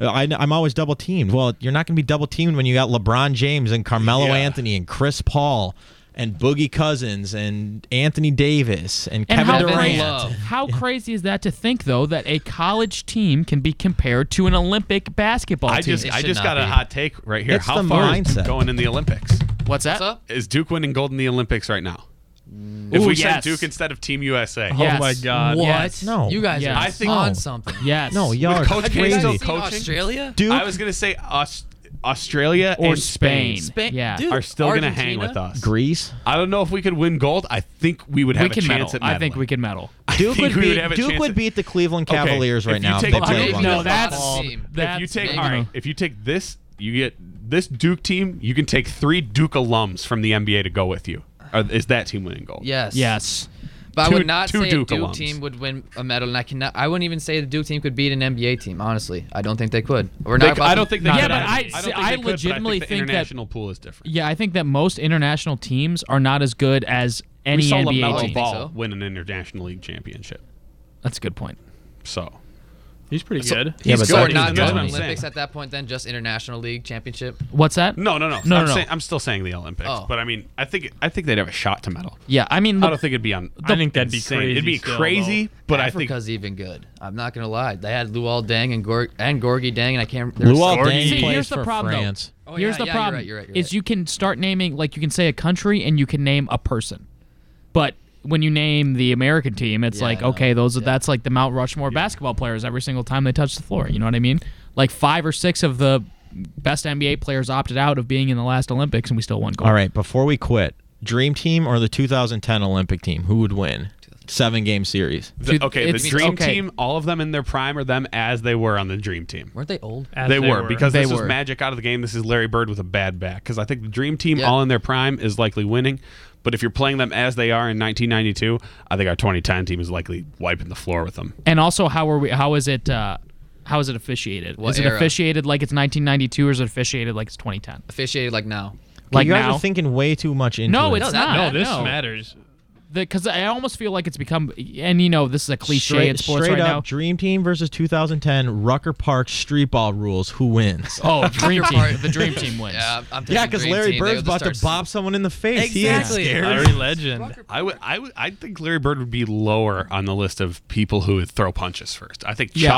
B: Uh, I, am always double teamed. Well, you're not going to be double teamed when you got LeBron James and Carmelo Anthony and Chris Paul and Boogie Cousins and Anthony Davis and,
A: And
B: Kevin
A: how,
B: Durant.
A: crazy, how crazy is that to think though that a college team can be compared to an Olympic basketball
E: I
A: team?
E: just I just got a hot take right here.
A: It's
E: How
A: the
E: far is
A: mindset.
E: Duke going in the Olympics?
A: What's that?
E: Is Duke winning gold in the Olympics right now? If
C: Mm.
A: Ooh,
E: we
A: yes.
E: sent Duke instead of Team
C: Oh,
E: USA.
A: Yes.
F: Uh,
E: What?
A: Yes.
B: No.
C: You guys
A: Yes.
C: are
A: I think-
C: on
A: No.
F: (laughs)
C: something.
A: Yes. No,
B: y'all
E: With
B: are
E: Coach K
B: crazy.
E: still
B: Have you
E: coaching?
C: Australia?
B: Dude.
E: I was gonna say Aus- Australia
A: Or
E: and Spain.
A: Spain. Yeah. Dude,
E: are still gonna hang
A: Argentina?
E: with us.
B: Greece.
E: I don't know if we could win gold. I think we would have
A: we
E: a
A: can
E: chance
A: medal.
E: at
A: I think we can medal.
B: Duke
E: think (laughs)
B: would
E: we would
B: beat,
E: have a
B: Duke
E: chance
B: would
E: at-
B: beat the Cleveland
E: Okay,
B: Cavaliers
E: if
B: right
E: you
B: now.
E: take
B: if they played
E: Duke-
B: one.
A: No, that's-
E: if you
A: that's
E: take
A: big.
E: all right, if you take this, you get this Duke team. You can take three Duke alums from the NBA to go with you. Or is that team winning gold?
C: Yes.
A: Yes.
C: But
E: Two-
C: I would not
E: two
C: say
E: Duke
C: a Duke
E: alums.
C: team would win a medal, and I cannot. I wouldn't even say the Duke team could beat an NBA team. Honestly, I don't think they could. We're
E: They
C: not.
E: c-
C: about
E: I
C: to-
E: don't think they
A: Yeah,
E: could.
A: but I-
E: don't
A: I
E: think they could, but I
A: legitimately
E: the
A: think that-
E: international pool is different.
A: Yeah, I think that most international teams are not as good as any
E: we saw
A: NBA
E: LaMelo
A: team.
E: Ball win an international league championship.
A: That's a good point.
E: So
F: He's pretty
E: So-
F: good.
B: Yeah,
E: He's
B: but
E: good.
B: that
C: (laughs) We're
B: is
C: not
E: That's
C: doing
E: what
B: dumb.
E: I'm
C: Olympics
E: saying.
C: at that point. Then just international league championship.
A: What's that?
E: No, no, no.
A: No,
E: I'm,
A: no, no.
E: Saying, I'm still saying the Olympics,
C: Oh.
E: but I mean, I think I think they'd have a shot to medal.
A: Yeah, I mean,
E: I don't think it'd be on.
A: the-
E: I
F: think that'd be
E: insane.
F: crazy
E: It'd be
F: still,
E: crazy, but I think
C: Africa's even good. I'm not gonna lie. They had Luol Deng and Gor- and Gorgie Deng, and I can't. there was
B: Luol
C: some-
B: Deng
A: See,
B: plays
A: here's the
B: for
A: problem, though.
B: France.
C: Oh,
A: here's the
C: yeah, yeah, you're
A: problem:
C: right, you're right, you're
A: is
C: right.
A: you can start naming, like you can say a country and you can name a person, but when you name the American team, it's
C: Yeah,
A: like
C: I know.
A: okay, those are
C: Yeah.
A: that's like the Mount Rushmore basketball players every single time they touch the floor. You know what I mean? Like five or six of the best NBA players opted out of being in the last Olympics, and we still won gold.
B: All right, before we quit, dream team or the 2010 Olympic team? Who would win? Seven game series.
E: the-
A: to-
E: okay, the
A: it's-
E: dream
A: okay.
E: team, all of them in their prime are them as they were on the dream team.
C: Weren't they old?
F: As
E: They, were, because
A: They
E: this was
A: were.
E: magic out of the game. This is Larry Bird with a bad back. Because I think the dream team,
C: Yeah.
E: all in their prime, is likely winning. But if you're playing them as they are in 1992, I think our 2010 team is likely wiping the floor with them.
A: And also, how are we? How is it? Uh, how is it officiated? Is
C: What
A: it
C: era?
A: officiated like it's 1992, or is it officiated like it's 2010?
C: officiated like now.
A: Like
B: you guys
A: now?
B: are thinking way too much into
A: No,
B: it.
A: it's
C: that-
A: not.
F: No, this
A: no.
F: matters.
A: because I almost feel like it's become, and you know, this is a cliche
B: straight,
A: in sports
B: straight
A: right
B: up, Dream Team versus 2010 Rucker Park street ball rules. Who wins?
A: now. Oh,
B: (laughs)
A: dream team.
C: part.
A: The dream team wins.
C: Yeah, I'm
B: yeah,
C: because
B: because Larry Bird's about to bop someone in the face.
C: Exactly.
B: He ain't scared.
F: Larry Legend.
E: I would, I would, I think Larry Bird would be lower on the list of people who would throw punches first. I think
A: Yeah,
E: Chuck